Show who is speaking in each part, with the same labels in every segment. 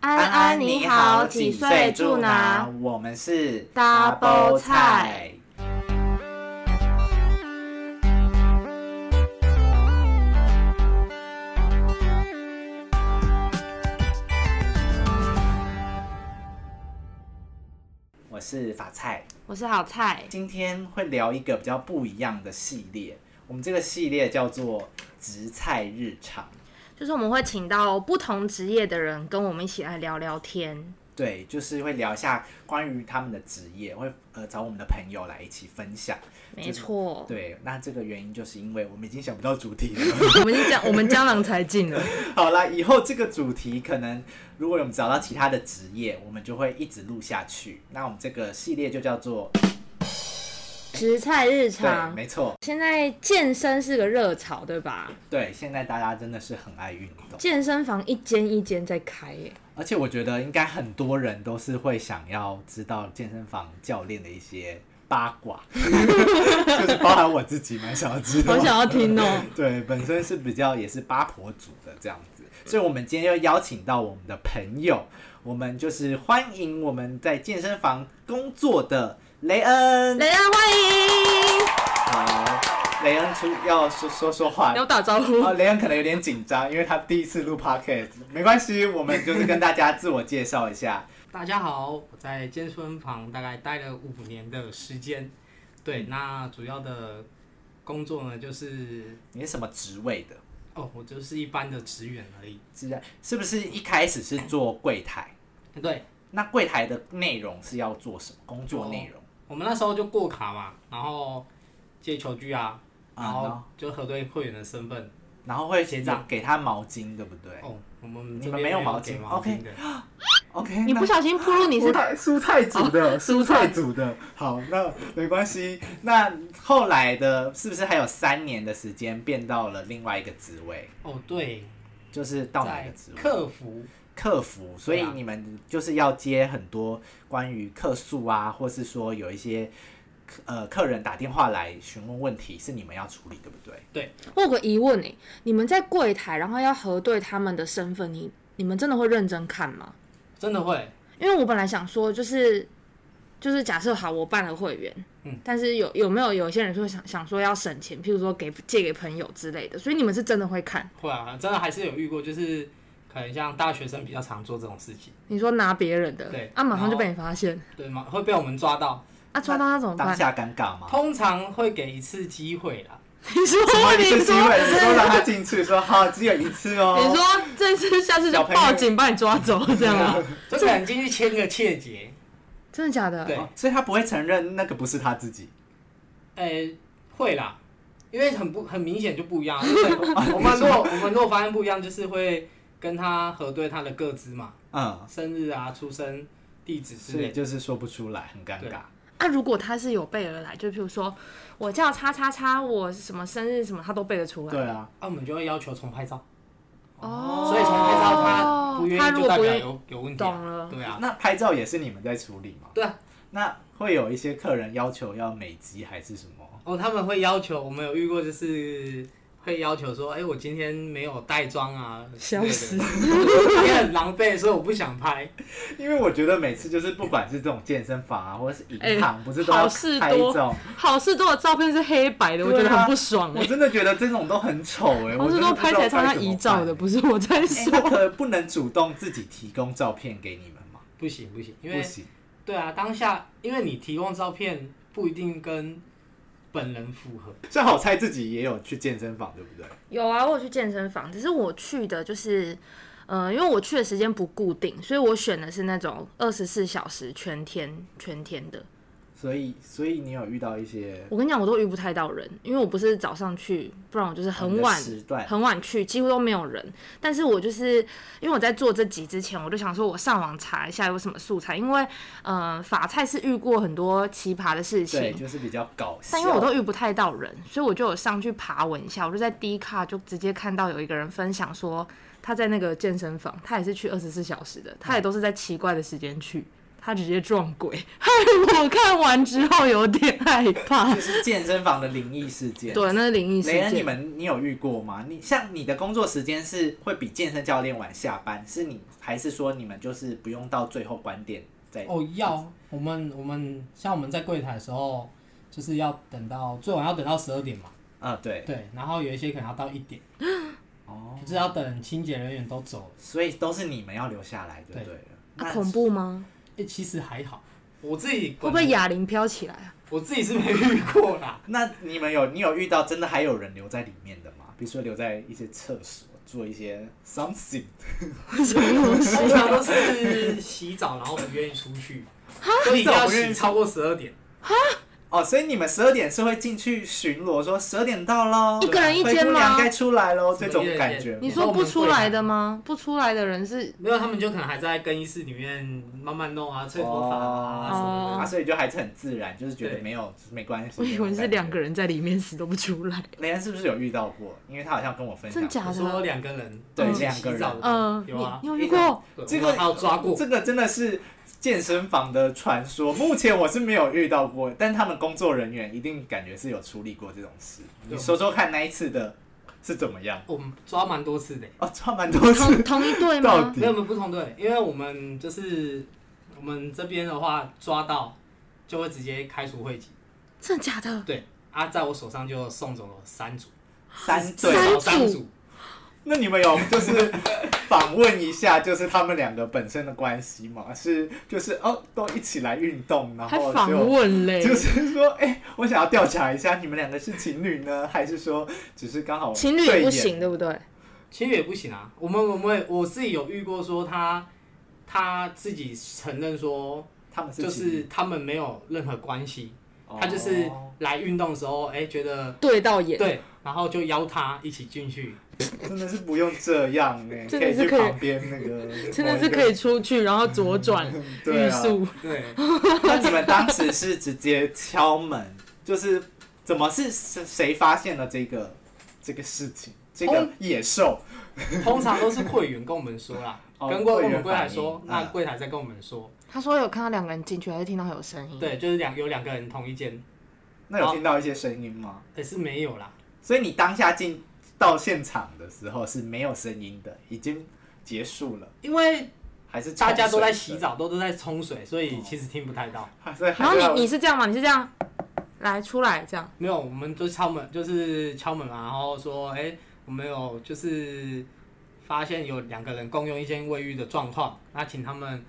Speaker 1: 安你好几岁住哪？
Speaker 2: 我们是
Speaker 1: Double 菜。
Speaker 2: 我是法菜，
Speaker 1: 我是好菜，
Speaker 2: 今天会聊一个比较不一样的系列。我们这个系列叫做“植菜日常
Speaker 1: 就是我们会请到不同职业的人跟我们一起来聊聊天。”，
Speaker 2: 对，就是会聊一下关于他们的职业，会呃找我们的朋友来一起分享。
Speaker 1: 没错，
Speaker 2: 对，那这个原因就是因为我们已经想不到主题了。
Speaker 1: 我们 是讲我们江郎才尽了。
Speaker 2: 好啦，以后这个主题可能，如果我们找到其他的职业，我们就会一直录下去。那我们这个系列就叫做
Speaker 1: 食菜日
Speaker 2: 对，
Speaker 1: 常，
Speaker 2: 没错，
Speaker 1: 现在健身是个热潮，对吧？
Speaker 2: 对。现在大家真的是很爱运动，
Speaker 1: 健身房一间一间在开耶，
Speaker 2: 而且我觉得应该很多人都是会想要知道健身房教练的一些八卦， 就是包含我自己蛮想要知道
Speaker 1: 好。想要听哦、
Speaker 2: 对，本身是比较也是八婆组的这样子，所以我们今天又邀请到我们的朋友，我们就是欢迎我们在健身房工作的 雷恩。
Speaker 1: 雷恩，欢迎，
Speaker 2: 好，雷恩出要说说 说话
Speaker 1: 要。打招呼。
Speaker 2: 哦，雷恩可能有点紧张，因为他第一次录 podcast，没关系，我们就是跟大家自我介绍一下。
Speaker 3: 大家好，我在健身房大概待了五年的时间。对，
Speaker 2: 嗯
Speaker 3: 那主要的工作呢，就是
Speaker 2: 你是什么职位的？
Speaker 3: 哦，我就是一般的职员而已。
Speaker 2: 是啊是不是一开始是做柜台？
Speaker 3: 对，
Speaker 2: 那柜台的内容是要做什么？工作内容？
Speaker 3: 我们那时候就过卡嘛，然后借球具啊，
Speaker 2: 啊
Speaker 3: 然
Speaker 2: 然
Speaker 3: 后
Speaker 2: 后
Speaker 3: 就核对会员的身份。
Speaker 2: 然后会
Speaker 3: 结账
Speaker 2: 给他毛巾，对不对？
Speaker 3: 哦，我们
Speaker 2: 你
Speaker 3: 这
Speaker 2: 们
Speaker 3: 边
Speaker 2: 没有毛
Speaker 3: 给
Speaker 2: 巾
Speaker 3: 毛
Speaker 2: ，OK
Speaker 3: 巾的。
Speaker 2: OK，
Speaker 1: 你不小心铺路，你是哦
Speaker 2: 菜蔬菜组的，蔬菜组的。好，那没关系。那后来的是不是还有三年的时间变到了另外一个职位？
Speaker 3: 哦，对，
Speaker 2: 就是到哪个
Speaker 3: 在
Speaker 2: 职位？
Speaker 3: 客服。
Speaker 2: 客服，所以
Speaker 3: 对啊
Speaker 2: 你们就是要接很多关于客诉啊，或是说有一些客呃客人打电话来询问问题，是你们要处理，对不对？
Speaker 1: 我有个疑问哎，你们在柜台，然后要核对他们的身份，你你们真的会认真看吗？
Speaker 3: 真的会，
Speaker 1: 因为我本来想说，就是就是假设好，我办了会员，
Speaker 3: 嗯，
Speaker 1: 但是有有没有有些人说想想说要省钱，譬如说给借给朋友之类的，所以你们是真的会看？
Speaker 3: 会啊，真的还是有遇过，就是可能像大学生比较常做这种事情，
Speaker 1: 你说拿别人的，
Speaker 3: 对
Speaker 1: 啊，马上
Speaker 3: 然
Speaker 1: 就
Speaker 3: 后
Speaker 1: 被你发现，
Speaker 3: 对吗？会被我们抓到，
Speaker 1: 啊，抓到他怎么
Speaker 2: 当
Speaker 1: 办？
Speaker 2: 下尴尬吗？
Speaker 3: 通常会给一次机会啦。
Speaker 1: 你说
Speaker 2: 什么一
Speaker 1: 你
Speaker 2: 次机
Speaker 1: 说
Speaker 2: 会？你说让他进去，说好只有一次哦。
Speaker 1: 你说这次下次就
Speaker 2: 小朋友
Speaker 1: 报警把你抓走这嗯样 吗？
Speaker 3: 就可能进去签个切结，
Speaker 1: 真的假的？
Speaker 3: 对
Speaker 2: 哦所以他不会承认那个不是他自己。
Speaker 3: 诶、呃会啦，因为很不很明显就不一样 啊。就是我们如果我们如果发现不一样，就是会跟他核对他的个资嘛，
Speaker 2: 嗯，
Speaker 3: 生日啊、出生地址之
Speaker 2: 所以
Speaker 3: 类的。
Speaker 2: 就是说不出来，很尴
Speaker 3: 对
Speaker 2: 尬。
Speaker 1: 啊，如果他是有备而来，就譬如说我叫叉叉叉，我什么生日什么，他都背得出来。
Speaker 2: 对啊，
Speaker 3: 那、我们就会要求重拍照，
Speaker 1: 哦，
Speaker 3: 所以重拍照他不愿
Speaker 1: 他
Speaker 3: 意
Speaker 1: 如
Speaker 3: 就
Speaker 1: 果
Speaker 3: 代
Speaker 1: 不
Speaker 3: 表
Speaker 1: 愿意，
Speaker 3: 有有问题、
Speaker 1: 懂
Speaker 3: 啊。
Speaker 1: 了。
Speaker 3: 对啊，
Speaker 2: 那拍照也是你们在处理吗？
Speaker 3: 对啊。
Speaker 2: 那会有一些客人要求要美肌还是什么？
Speaker 3: 哦，他们会要求，我们有遇过就是。会要求说，哎、我今天没有带妆啊，
Speaker 1: 笑死
Speaker 3: 之类的，因为很狼狈，所以我不想拍。
Speaker 2: 因为我觉得每次就是不管是这种健身房啊，或者是银行，
Speaker 1: 哎
Speaker 2: 不是都要
Speaker 1: 好事
Speaker 2: 拍
Speaker 1: 多
Speaker 2: 照？
Speaker 1: 好事多的照片是黑白的，我
Speaker 2: 对
Speaker 1: 觉
Speaker 2: 啊
Speaker 1: 得很不爽哎、
Speaker 2: 我真的觉得这种都很丑哎、我
Speaker 1: 好事
Speaker 2: 真的
Speaker 1: 多
Speaker 2: 不知
Speaker 1: 拍
Speaker 2: 道
Speaker 1: 起来超
Speaker 2: 该
Speaker 1: 像
Speaker 2: 怎么
Speaker 1: 遗照
Speaker 2: 办
Speaker 1: 的，。不是我在
Speaker 2: 哎、
Speaker 1: 说。
Speaker 2: 那可不能主动自己提供照片给你们吗？
Speaker 3: 不行不行，因为
Speaker 2: 不行，
Speaker 3: 对啊，当下因为你提供照片不一定跟本人符合，
Speaker 2: 像好菜自己也有去健身房，对不对？
Speaker 1: 有啊，我有去健身房，只是我去的就是，呃，因为我去的时间不固定，所以我选的是那种二十四小时全天全天的。
Speaker 2: 所以，所以你有遇到一些
Speaker 1: 我跟你讲，我都遇不太到人，因为我不是早上去，不然我就是
Speaker 2: 哦你
Speaker 1: 很
Speaker 2: 的
Speaker 1: 晚
Speaker 2: 时段，
Speaker 1: 很晚去，几乎都没有人。但是我就是因为我在做这集之前，我就想说我上网查一下有什么素材，因为呃，法菜是遇过很多奇葩的事
Speaker 2: 对，
Speaker 1: 情。
Speaker 2: 就是比较搞笑。
Speaker 1: 但因为我都遇不太到人，所以我就有上去爬文一下。我就在 D 卡就直接看到有一个人分享说，他在那个健身房，他也是去二十四小时的，他也都是在奇怪的时间去。他直接撞鬼， 害我看完之后有点害怕。
Speaker 2: 就是健身房的灵异事件。
Speaker 1: 对，那是灵异事
Speaker 2: 雷恩，你
Speaker 1: 件。
Speaker 2: 们你有遇过吗？你像你的工作时间是会比健身教练晚下班，是你还是说你们就是不用到最后关店再？
Speaker 3: 哦，要我们我们像我们在柜台的时候，就是要等到最晚要等到十二点嘛，
Speaker 2: 嗯，对，
Speaker 3: 对，然后有一些可能要到一点，
Speaker 2: 哦，
Speaker 3: 就是要等清洁人员都走了。
Speaker 2: 所以都是你们要留下来，对不对？
Speaker 1: 啊、
Speaker 2: 那
Speaker 1: 恐怖吗？
Speaker 3: 诶，其实还好，我自己
Speaker 1: 会不会哑铃飘起来 啊？
Speaker 3: 我自己是没遇过 啦。
Speaker 2: 那你们有你有遇到真的还有人留在里面的吗？比如说留在一些厕所做一些 something，
Speaker 1: 什么东 西？
Speaker 3: 通常都是洗澡，然后不愿意出去，所以一定要洗超过十二点。
Speaker 2: 哦，所以你们十二点是会进去巡逻，说十二点到喽，
Speaker 1: 一个人一
Speaker 2: 灰
Speaker 1: 间
Speaker 2: 姑
Speaker 1: 吗
Speaker 2: 娘该出来喽，
Speaker 3: 什
Speaker 2: 这
Speaker 3: 么
Speaker 2: 种
Speaker 3: 一人一
Speaker 2: 感
Speaker 3: 间
Speaker 2: 觉吗。
Speaker 1: 你说不出来的吗？
Speaker 2: 啊
Speaker 1: 不出来的人是
Speaker 3: 没有，他们就可能还在更衣室里面慢慢弄啊，吹头发啊什
Speaker 1: 哦
Speaker 3: 么
Speaker 2: 啊，所以就还是很自然，就是觉得
Speaker 3: 对
Speaker 2: 没有没关系。
Speaker 1: 我以为是两个
Speaker 2: 人。
Speaker 1: 人在里面死都不出来。
Speaker 2: 雷恩是不是有遇到过？因为他好像跟啊我分享
Speaker 1: 真
Speaker 2: 过，
Speaker 1: 假
Speaker 3: 的。说
Speaker 1: 的？
Speaker 3: 两个人
Speaker 2: 对
Speaker 3: 一起
Speaker 2: 两个人
Speaker 3: 洗澡
Speaker 1: 嗯，
Speaker 3: 有啊
Speaker 1: 你，你有遇过？
Speaker 3: 对
Speaker 2: 这个
Speaker 3: 我们还有抓过，
Speaker 2: 这个真的是健身房的传说，目前我是没有遇到过，但他们工作人员一定感觉是有处理过这种事。
Speaker 3: 对
Speaker 2: 你说说看，那一次的是怎么样？
Speaker 3: 我们抓蛮多次的。
Speaker 2: 哦，差蛮多
Speaker 1: 同
Speaker 2: 次，
Speaker 1: 同一队
Speaker 2: 到
Speaker 1: 吗？
Speaker 2: 底
Speaker 3: 没有，我们不同队，因为我们就是我们这边的话抓到就会直接开除会籍，
Speaker 1: 真的假的？
Speaker 3: 对啊，在我手上就送走了三组，
Speaker 2: 三
Speaker 3: 至
Speaker 2: 对。
Speaker 3: 少
Speaker 1: 三组
Speaker 3: 三组，
Speaker 2: 那你们有就是访问一下，就是他们两个本身的关系吗？是就是哦，都一起来运动，然
Speaker 1: 还
Speaker 2: 后
Speaker 1: 访
Speaker 2: 就。
Speaker 1: 问嘞？
Speaker 2: 就是说，哎、我想要调查一下，你们两个是情侣呢，还是说只是刚好
Speaker 1: 情侣也不
Speaker 2: 对眼
Speaker 1: 行，对不对？
Speaker 3: 情侣也不行啊。我们我们我自己有遇过说他他自己承认说
Speaker 2: 他们是
Speaker 3: 就
Speaker 2: 情
Speaker 3: 是
Speaker 2: 侣
Speaker 3: 他们没有任何关系，他就是
Speaker 2: 哦
Speaker 3: 来运动的时候，哎、觉得
Speaker 1: 对到眼，
Speaker 3: 对，然后就邀他一起进去，
Speaker 2: 真的是不用这样哎、
Speaker 1: 真的是
Speaker 2: 以去
Speaker 1: 可以
Speaker 2: 旁边那个，
Speaker 1: 真的是可以出去，然后左转
Speaker 2: 对
Speaker 1: 欲
Speaker 2: 啊。
Speaker 1: 速。
Speaker 3: 对，
Speaker 2: 那你们当时是直接敲门，就是怎么是是谁发现了这个这个事情？这个
Speaker 3: 哦
Speaker 2: 野兽
Speaker 3: 通常都是会员跟我们说啦，
Speaker 2: 哦
Speaker 3: 跟过
Speaker 2: 会
Speaker 3: 我
Speaker 2: 员
Speaker 3: 们柜
Speaker 2: 反
Speaker 3: 台
Speaker 2: 应
Speaker 3: 说
Speaker 2: 嗯，
Speaker 3: 那柜台再跟我们说，
Speaker 1: 他说有看到两个人进去，还是听到有声音？，
Speaker 3: 对，就是两有两个人同一间，
Speaker 2: 那有听到一些声音吗？
Speaker 3: 也是没有啦，
Speaker 2: 所以你当下进到现场的时候是没有声音的，已经结束了，
Speaker 3: 因为
Speaker 2: 还是
Speaker 3: 大家都在洗
Speaker 2: 澡？
Speaker 3: 澡，都都在冲水，所
Speaker 2: 哦
Speaker 3: 以其实听不太到。
Speaker 2: 啊所以还
Speaker 1: 然后
Speaker 2: 要
Speaker 1: 你你是这样吗？你是这样来出来这样？
Speaker 3: 没有，我们就敲门，就是敲门嘛，然后说，哎、我们有就是发现有两个人共用一间卫浴的状况，那请他们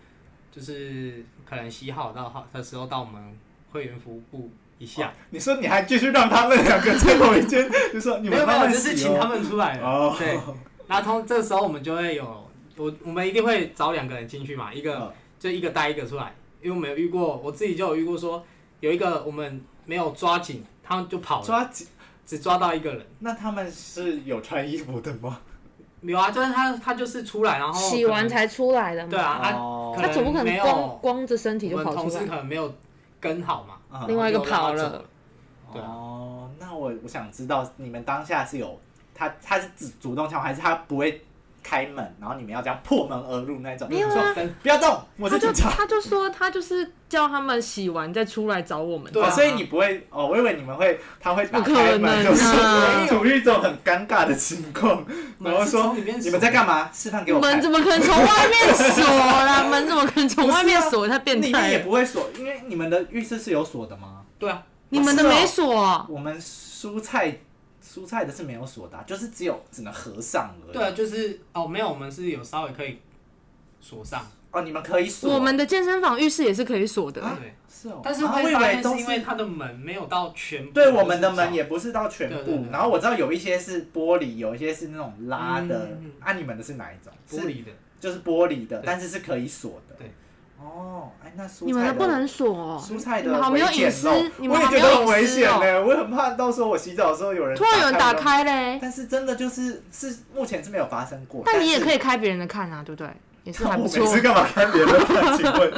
Speaker 3: 就是可能洗好到好的时候到我们会员服务部一下，
Speaker 2: 你说你还继续让他们两个最后一间，就说你
Speaker 3: 没
Speaker 2: 们
Speaker 3: 有没
Speaker 2: 慢
Speaker 3: 有，
Speaker 2: 慢
Speaker 3: 就是
Speaker 2: 洗
Speaker 3: 请
Speaker 2: 哦
Speaker 3: 他们出来了，
Speaker 2: 哦，
Speaker 3: 对，然后通这时候我们就会有我我们一定会找两个人进去嘛，一个、
Speaker 2: 嗯
Speaker 3: 就一个带一个出来，因为我们有遇过，我自己就有遇过说有一个我们没有抓紧，他们就跑了，
Speaker 2: 抓紧。
Speaker 3: 只抓到一个人。
Speaker 2: 那他们是有穿衣服的 吗？
Speaker 3: 没有啊，就是他他就是出来，然后
Speaker 1: 洗完才出来的
Speaker 3: 可能对
Speaker 1: 吗？
Speaker 3: 啊，他
Speaker 2: 哦
Speaker 1: 他总不可
Speaker 3: 可能
Speaker 1: 能
Speaker 3: 没有
Speaker 1: 光光着身体
Speaker 3: 我
Speaker 1: 就
Speaker 3: 们
Speaker 1: 跑
Speaker 3: 同
Speaker 1: 出
Speaker 3: 事
Speaker 1: 来。
Speaker 3: 可能没有跟好嘛，
Speaker 2: 嗯
Speaker 1: 另外一个
Speaker 3: 然后就
Speaker 1: 跑
Speaker 3: 让他走
Speaker 1: 了，
Speaker 3: 对啊
Speaker 2: 哦，那我我想知道你们当下是有他他是主主动敲门，还是他不会开门，然后你们要这样破门而入那种？
Speaker 1: 没有啊
Speaker 2: 你说
Speaker 3: 跟
Speaker 2: 不要动，我
Speaker 1: 他
Speaker 2: 是
Speaker 1: 就
Speaker 2: 警察。
Speaker 1: 他就说他就是叫他们洗完再出来找我们。
Speaker 3: 对啊
Speaker 2: 哦，所以你不会哦，我以为你们会，他会打
Speaker 1: 不可
Speaker 2: 开门，
Speaker 1: 能
Speaker 2: 就是
Speaker 1: 啊
Speaker 2: 处于一种很尴尬的情况，然后
Speaker 3: 门是从
Speaker 2: 说
Speaker 3: 里面
Speaker 2: 你们在干
Speaker 3: 嘛？
Speaker 2: 嘛？示范给我看
Speaker 1: 门。怎么可能从外面锁 啦？门怎么可能从外面锁？太变
Speaker 2: 里
Speaker 1: 态
Speaker 2: 面也
Speaker 1: 了！
Speaker 2: 不啊会锁，因为你们的浴室是有锁的吗？
Speaker 3: 对啊，
Speaker 1: 你们的
Speaker 2: 不是哦
Speaker 1: 没锁啊，
Speaker 2: 我们蔬菜蔬菜的是没有锁的啊、就是只有只能合上而已。
Speaker 3: 对啊，就是哦，没有，我们是有稍微可以锁上，
Speaker 2: 哦，你们可以锁。
Speaker 1: 我们的健身房浴室也是可以锁的。
Speaker 3: 对，
Speaker 2: 是哦，
Speaker 3: 但是
Speaker 2: 啊
Speaker 3: 会
Speaker 2: 我以
Speaker 3: 发
Speaker 2: 为
Speaker 3: 现
Speaker 2: 都
Speaker 3: 是因为它的门没有到全部，
Speaker 2: 对我们的门
Speaker 3: 也
Speaker 2: 也不是到全部，
Speaker 3: 对对对
Speaker 2: 然后我知道有一些是玻璃，有一些是那种拉的，
Speaker 3: 嗯嗯
Speaker 2: 啊，你们的是哪一种？
Speaker 3: 玻
Speaker 2: 是
Speaker 3: 璃的，
Speaker 2: 就是玻璃的，
Speaker 3: 对
Speaker 2: 但是是可以锁的。
Speaker 3: 对，
Speaker 2: 哦，哎，那蔬菜
Speaker 1: 你们
Speaker 2: 的
Speaker 1: 的不能锁哦、
Speaker 2: 蔬菜
Speaker 1: 你
Speaker 2: 的
Speaker 1: 们好没有隐私
Speaker 2: 危险哦
Speaker 1: 你们
Speaker 2: 我也
Speaker 1: 好没
Speaker 2: 觉
Speaker 1: 有
Speaker 2: 得很危
Speaker 1: 隐私
Speaker 2: 险
Speaker 1: 哦
Speaker 2: 呢、我很怕到时候我洗澡的时候有人
Speaker 1: 突然有人打
Speaker 2: 我
Speaker 1: 开嘞，
Speaker 2: 但是真的就是是目前是没有发生过。
Speaker 1: 但你也
Speaker 2: 是
Speaker 1: 可以开别人的看啊，对不对？也是
Speaker 2: 那
Speaker 1: 还
Speaker 2: 我
Speaker 1: 不
Speaker 2: 每
Speaker 1: 错。
Speaker 2: 次干嘛看别人的看？请问，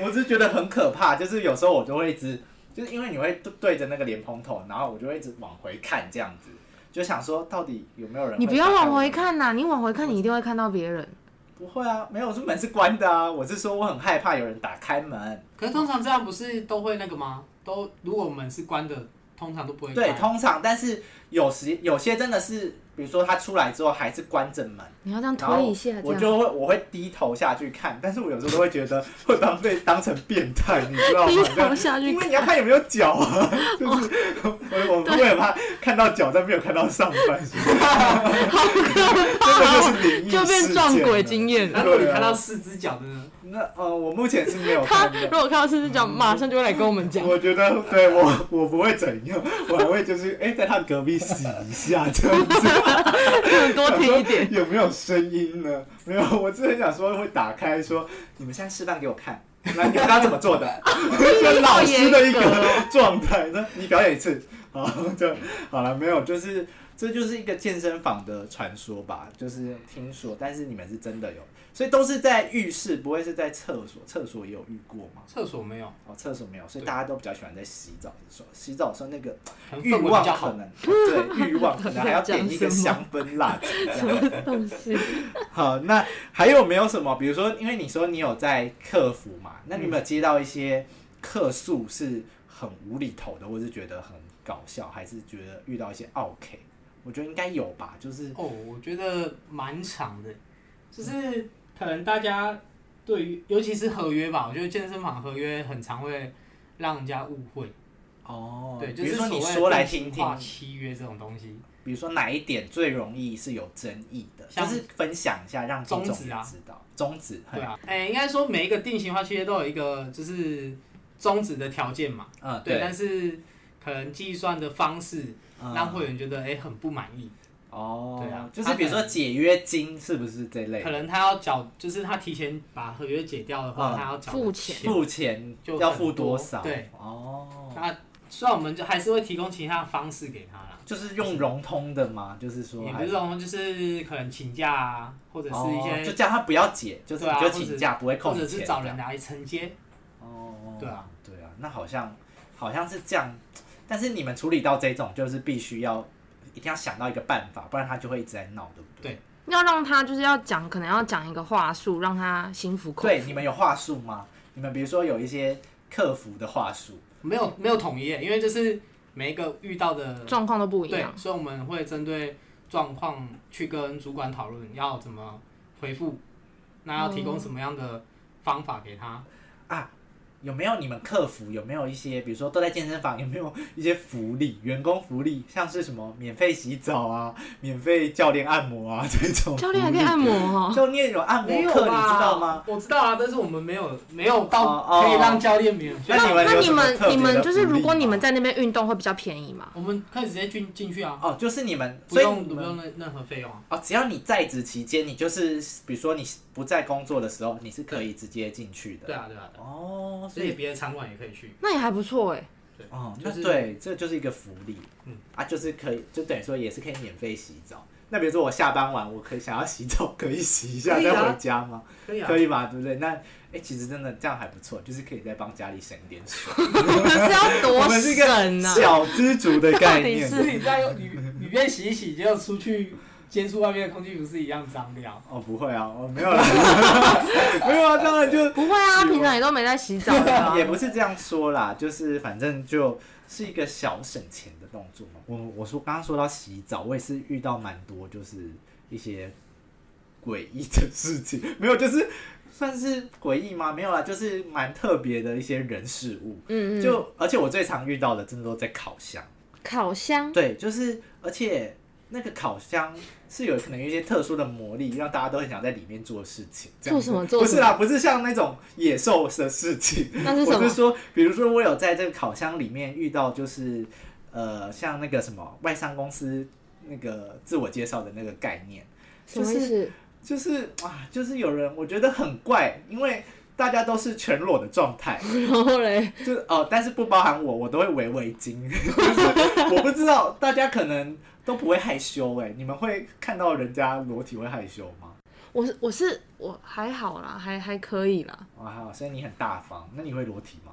Speaker 2: 我只是觉得很可怕，就是有时候我就会一直，就是因为你会对对着那个莲蓬头，然后我就会一直往回看，这样子，就想说到底有没有人？
Speaker 1: 你不要往回，看呐、你往回看你一定会看到别人。
Speaker 2: 不会啊，没有，我说门是关的啊，我是说我很害怕有人打开门。
Speaker 3: 可是通常这样不是都会那个吗？都如果门是关的，通常都不会
Speaker 2: 对，
Speaker 3: 开。
Speaker 2: 通常，但是有时有些真的是，比如说他出来之后还是关着门，
Speaker 1: 你要这样
Speaker 2: 然后
Speaker 1: 推一下，这
Speaker 2: 我
Speaker 1: 样
Speaker 2: 就会我会低头下去看，但是我有时候都会觉得会当被当成变态，你知道 吗？
Speaker 1: 低
Speaker 2: 这样
Speaker 1: 头下去哦
Speaker 2: 因为你要看有没有脚啊， 就是我我我也怕看到脚，但没有看到上半身，
Speaker 1: 好可
Speaker 2: 这个
Speaker 1: 怕
Speaker 2: 就
Speaker 1: 哦，
Speaker 2: 是灵异啊
Speaker 1: 就变撞鬼
Speaker 2: 经。
Speaker 1: 经验
Speaker 3: 那
Speaker 1: 了。
Speaker 3: 如果你
Speaker 2: 啊
Speaker 3: 看到四只脚的呢？
Speaker 2: 那呃，我目前是没有
Speaker 1: 他
Speaker 2: 看
Speaker 1: 如
Speaker 2: 的。
Speaker 1: 果看到四只脚，马上就会来跟我们讲。
Speaker 2: 我觉得对我 我不会怎样，我还会就是哎、在他隔壁洗一下这 样子。
Speaker 1: 多听一点。
Speaker 2: 有没有声音呢？没有，我之前想说会打开说，你们现在示范给我看，来，你们刚刚怎么做 的？就老师的
Speaker 1: 好严
Speaker 2: 一
Speaker 1: 格
Speaker 2: 个状态，那你表演一次，好，就好了，没有，就是这就是一个健身房的传说吧，就是听说，但是你们是真的有，所以都是在浴室，不会是在厕所，厕所也有遇过吗？
Speaker 3: 厕所没有，
Speaker 2: 哦，厕所没有，所以大家都比较喜欢在洗澡的时候，洗澡的时候那个
Speaker 3: 可能
Speaker 2: 欲
Speaker 3: 氛围
Speaker 2: 望
Speaker 3: 比较
Speaker 2: 可
Speaker 3: 好。
Speaker 2: 能，对欲望可能 还要
Speaker 1: 讲
Speaker 2: 点一个
Speaker 1: 什么
Speaker 2: 香氛蜡烛这样
Speaker 1: 什么东西？
Speaker 2: 好，那还有没有什么？比如说，因为你说你有在客服嘛，那你有没
Speaker 3: 嗯
Speaker 2: 有接到一些客诉是很无厘头的，或是觉得很搞笑，还是觉得遇到一些 OK？我觉得应该有吧，就是
Speaker 3: 哦，我觉得蛮长的，
Speaker 2: 嗯
Speaker 3: 就是可能大家对于尤其是合约吧，我觉得健身房合约很常会让人家误会。
Speaker 2: 哦
Speaker 3: 对，就
Speaker 2: 比如
Speaker 3: 是
Speaker 2: 说你
Speaker 3: 所谓
Speaker 2: 说来
Speaker 3: 定型
Speaker 2: 听听
Speaker 3: 化，契约这种东西，
Speaker 2: 比如说哪一点最容易是有争议的，就
Speaker 3: 像
Speaker 2: 是分享一下让听众
Speaker 3: 宗旨啊
Speaker 2: 也知道宗旨，
Speaker 3: 对啊，哎、应该说每一个定型化契约都有一个就是终止的条件嘛，
Speaker 2: 嗯，
Speaker 3: 对，，但是可能计算的方式
Speaker 2: 嗯
Speaker 3: 让会员觉得哎、很不满意，
Speaker 2: 哦，
Speaker 3: 对啊
Speaker 2: 就是比如说解约金是不是这类
Speaker 3: 可
Speaker 2: 的
Speaker 3: 能他要缴，就是他提前把合约解掉的话，
Speaker 2: 嗯
Speaker 3: 他要缴
Speaker 1: 付
Speaker 3: 的
Speaker 1: 钱
Speaker 2: 付钱
Speaker 3: 就
Speaker 2: 要
Speaker 3: 很
Speaker 2: 付
Speaker 3: 多
Speaker 2: 少？
Speaker 3: 对，
Speaker 2: 哦，
Speaker 3: 那虽然我们就还是会提供其他的方式给他啦，
Speaker 2: 就是用融通的嘛，就是说
Speaker 3: 也不
Speaker 2: 还
Speaker 3: 是说就是可能请假啊，或者是一
Speaker 2: 哦、
Speaker 3: 些
Speaker 2: 就，叫他不要解，就是
Speaker 3: 对
Speaker 2: 你
Speaker 3: 啊
Speaker 2: 就请假，不会扣
Speaker 3: 或
Speaker 2: 你
Speaker 3: 者
Speaker 2: 钱
Speaker 3: 是
Speaker 2: 的。
Speaker 3: 找人来承接。
Speaker 2: 哦，
Speaker 3: 对啊，
Speaker 2: 对啊，那好像好像是这样，但是你们处理到这种，就是必须要一定要想到一个办法，不然他就会一直在闹，对不对？
Speaker 3: 对
Speaker 1: 要让他就是要讲，可能要讲一个话术，让他心服口
Speaker 2: 对，
Speaker 1: 服。
Speaker 2: 你们有话术吗？你们比如说有一些客服的话术，
Speaker 3: 没有没有统一耶，因为就是每一个遇到的
Speaker 1: 状况都不一
Speaker 3: 对
Speaker 1: 样，，
Speaker 3: 所以我们会针对状况去跟主管讨论要怎么回复，那要提供什么样的方法给他。
Speaker 2: 有没有你们客服有没有一些，比如说都在健身房，有没有一些福利，员工福利，像是什么免费洗澡啊、免费教练按摩啊这种？
Speaker 1: 教练还可以按摩哦。
Speaker 2: 教练有啊按摩课，你知道吗？？
Speaker 3: 我知道啊，但是我们没有没有
Speaker 2: 哦
Speaker 3: 到
Speaker 2: 哦
Speaker 3: 可以让教练免费
Speaker 2: 那，你们
Speaker 1: 那
Speaker 2: 有
Speaker 1: 你
Speaker 2: 什么
Speaker 1: 们
Speaker 2: 特别
Speaker 1: 你们
Speaker 2: 的
Speaker 1: 就是，
Speaker 2: 福利
Speaker 1: 如果你们
Speaker 2: 吗
Speaker 1: 在那边运动会比较便宜嘛？
Speaker 3: 我们可以直接进进去啊，
Speaker 2: 哦，就是你们，
Speaker 3: 不
Speaker 2: 所以
Speaker 3: 用
Speaker 2: 你
Speaker 3: 不
Speaker 2: 们
Speaker 3: 用任任何费用啊。
Speaker 2: 哦，只要你在职期间，你就是比如说你不在工作的时候，你是可以直接进去的。
Speaker 3: 对啊对啊，对啊
Speaker 2: 哦，所
Speaker 3: 所以
Speaker 2: 以
Speaker 3: 别的场馆也可以去。
Speaker 1: 那也还不错 哎、
Speaker 2: 哦，
Speaker 3: 就
Speaker 2: 那
Speaker 3: 是
Speaker 2: 对，这就是一个福利。
Speaker 3: 嗯
Speaker 2: 啊，就是可以，就等于说也是可以免费洗澡。那比如说我下班晚，我可以想要洗澡，可以洗一下
Speaker 3: 可以
Speaker 2: 再
Speaker 3: 啊
Speaker 2: 回家吗？
Speaker 3: 可以啊
Speaker 2: 可， 以吗？对不对？那哎、诶其实真的这样还不错，就是可以再帮家里省一点水。
Speaker 1: 你们是要
Speaker 2: 我
Speaker 1: 多
Speaker 2: 们是一个
Speaker 1: 省啊？
Speaker 2: 小知足的概念。
Speaker 1: 到
Speaker 3: 是你在里里面洗一洗，就出去接触外面的空气，不是一样脏掉？
Speaker 2: 哦，不会啊，我、没有啦， 没有啊，当然就
Speaker 1: 不会啊，平常也都没在洗
Speaker 2: 。
Speaker 1: 澡的、啊
Speaker 2: 也不是这样说啦，就是反正就是一个小省钱的动作嘛。我我说刚刚说到洗澡，我也是遇到蛮多就是一些诡异的事情，没有，就是算是诡异吗？没有啦，就是蛮特别的一些人事物。
Speaker 1: 嗯嗯，
Speaker 2: 就而且我最常遇到的，真的都在烤箱。
Speaker 1: 烤箱
Speaker 2: 对，就是而且那个烤箱是有可能有一些特殊的魔力，让大家都很想在里面做事情。这样
Speaker 1: 做什么
Speaker 2: 子
Speaker 1: 做
Speaker 2: 不
Speaker 1: 什
Speaker 2: 是啦，不是像那种野兽的事情。
Speaker 1: 那是什
Speaker 2: 我
Speaker 1: 么
Speaker 2: 是？说，比如说我有在这个烤箱里面遇到，就是呃，像那个什么外商公司那个自我介绍的那个概念，
Speaker 1: 什
Speaker 2: 就
Speaker 1: 么意
Speaker 2: 是
Speaker 1: 思？
Speaker 2: 就是啊，就是有人我觉得很怪，因为大家都是全裸的状态，
Speaker 1: 然后嘞，
Speaker 2: 就是哦，但是不包含我，我都会围围巾。 就是我不知道大家可能都不会害羞哎、你们会看到人家裸体会害羞吗？
Speaker 1: 我是我是我还好啦，还还可以啦。
Speaker 2: 啊，好，所以你很大方，那你会裸体吗？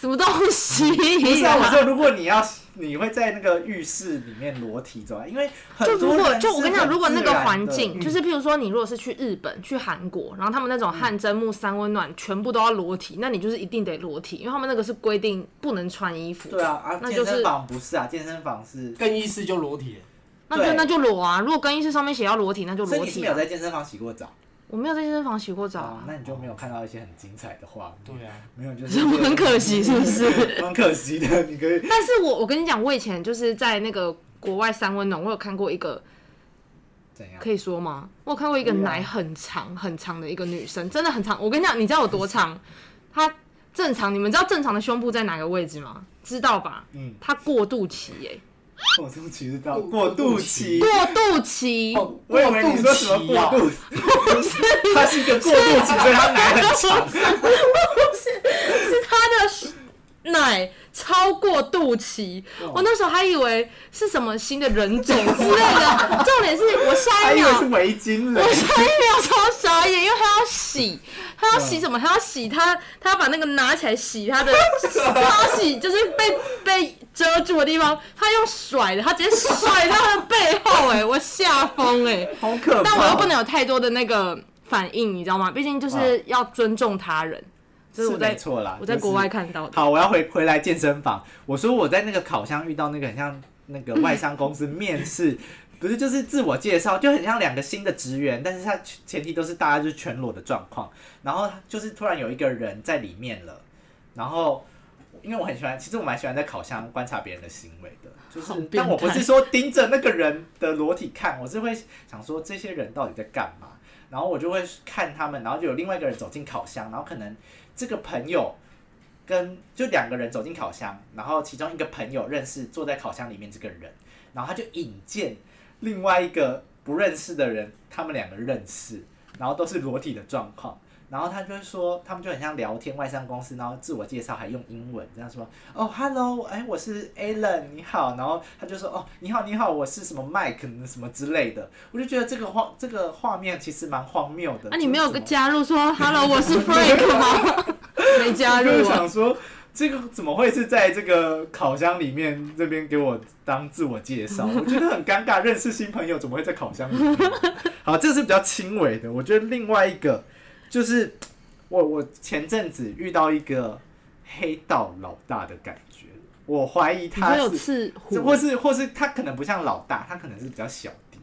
Speaker 1: 什么东西、
Speaker 2: 不是啊，
Speaker 1: 啊
Speaker 2: 我说如果你要，你会在那个浴室里面裸体走啊，因为
Speaker 1: 就
Speaker 2: 很
Speaker 1: 如
Speaker 2: 多
Speaker 1: 果
Speaker 2: 人
Speaker 1: 就我跟你讲，
Speaker 2: 是很
Speaker 1: 如果那
Speaker 2: 自
Speaker 1: 个
Speaker 2: 然的嗯
Speaker 1: 环境，就是譬如说你如果是去日本、去韩国，然后他们那种汗蒸幕、三温暖全部都要裸体，那你就是一定得裸体，因为他们那个是规定不能穿衣服。
Speaker 2: 对啊啊，
Speaker 1: 那
Speaker 2: 健
Speaker 1: 就是
Speaker 2: 身房不是啊，健身房是，
Speaker 3: 更衣室就裸体了，
Speaker 1: 那就
Speaker 2: 对
Speaker 1: 那就裸啊！如果更衣室上面写要裸体，那就
Speaker 2: 所以
Speaker 1: 裸
Speaker 2: 你是
Speaker 1: 体
Speaker 2: 没有
Speaker 1: 啊、
Speaker 2: 在健身房洗过澡
Speaker 1: 我没有在健身房洗过澡
Speaker 2: 啊
Speaker 1: 啊，
Speaker 2: 那你就没有看到一些很精彩的画面，
Speaker 3: 对啊，
Speaker 2: 没有就是
Speaker 1: 这 不很可惜是不是？
Speaker 2: 蛮可惜的，你可以
Speaker 1: 但是我我跟你讲，我以前就是在那个国外三温暖，我有看过一个，
Speaker 2: 怎样？
Speaker 1: 可以说吗？我有看过一个
Speaker 2: 可以啊
Speaker 1: 奶很长很长的一个女生，真的很长。我跟你讲，你知道有多长？她正常，你们知道正常的胸部在哪个位置吗？知道吧？
Speaker 2: 嗯，
Speaker 1: 她过渡期耶、
Speaker 2: 我肚脐知道
Speaker 3: 过
Speaker 2: 过
Speaker 3: 肚
Speaker 2: 肚脐。
Speaker 3: 脐
Speaker 1: 过渡期。
Speaker 3: 哦
Speaker 2: 我以为你说什么过
Speaker 3: 过
Speaker 2: 渡，不是，它是一个过渡期，所以它奶很长。
Speaker 1: 是他的奶超过肚脐，我那时候还以为是什么新的人种之类的。重点是我下
Speaker 2: 还
Speaker 1: 一
Speaker 2: 以
Speaker 1: 秒
Speaker 2: 为，是围巾嘞
Speaker 1: 我，下一秒超傻眼，因为他要洗，他要洗什么？他要洗他，他要把那个拿起来洗他的，他要洗就是被被遮住的地方，他用甩的，他直接甩到他的背后、哎，我吓疯哎！
Speaker 2: 好可怕！
Speaker 1: 但我又不能有太多的那个反应，你知道吗？毕竟就是要尊重他人，这
Speaker 2: 是
Speaker 1: 是我在
Speaker 2: 没错啦，
Speaker 1: 我在
Speaker 2: 就是
Speaker 1: 国外看到的。
Speaker 2: 好，我要回回来健身房。我说我在那个烤箱遇到那个很像那个外商公司面试，不是就是自我介绍，就很像两个新的职员，但是他前提都是大家就是全裸的状况。然后就是突然有一个人在里面了，然后因为我很喜欢，其实我蛮喜欢在烤箱观察别人的行为的。就
Speaker 1: 好
Speaker 2: 是，
Speaker 1: 变
Speaker 2: 但我不
Speaker 1: 态
Speaker 2: 是说盯着那个人的裸体看，我是会想说这些人到底在干嘛，然后我就会看他们，然后就有另外一个人走进烤箱，然后可能这个朋友跟就两个人走进烤箱，然后其中一个朋友认识坐在烤箱里面这个人，然后他就引荐另外一个不认识的人，他们两个认识，然后都是裸体的状况。然后他就会说，他们就很像聊天，外商公司，然后自我介绍还用英文这样说，哦，hello，哎，我是 Alan，你好。然后他就说，哦，你好，你好，我是什么 Mike 什么之类的。我就觉得这个画这个画面其实蛮荒谬的。
Speaker 1: 啊那、你没
Speaker 2: 就是
Speaker 1: 有
Speaker 2: 怎
Speaker 1: 个
Speaker 2: 么
Speaker 1: 加入说 “Hello，我 是 Frank” 吗？没加
Speaker 2: 就是
Speaker 1: 入啊，
Speaker 2: 想说，这个怎么会是在这个烤箱里面这边给我当自我 介绍？我觉得很尴尬，认识新朋友怎么会在烤箱里面？ 好，这个是比较轻微的。我觉得另外一个就是我我前阵子遇到一个黑道老大的感觉，我怀疑
Speaker 1: 你
Speaker 2: 他
Speaker 1: 说有
Speaker 2: 是
Speaker 1: 刺
Speaker 2: 这
Speaker 1: 虎
Speaker 2: 或，是或是他可能不像老大，他可能是比较小弟，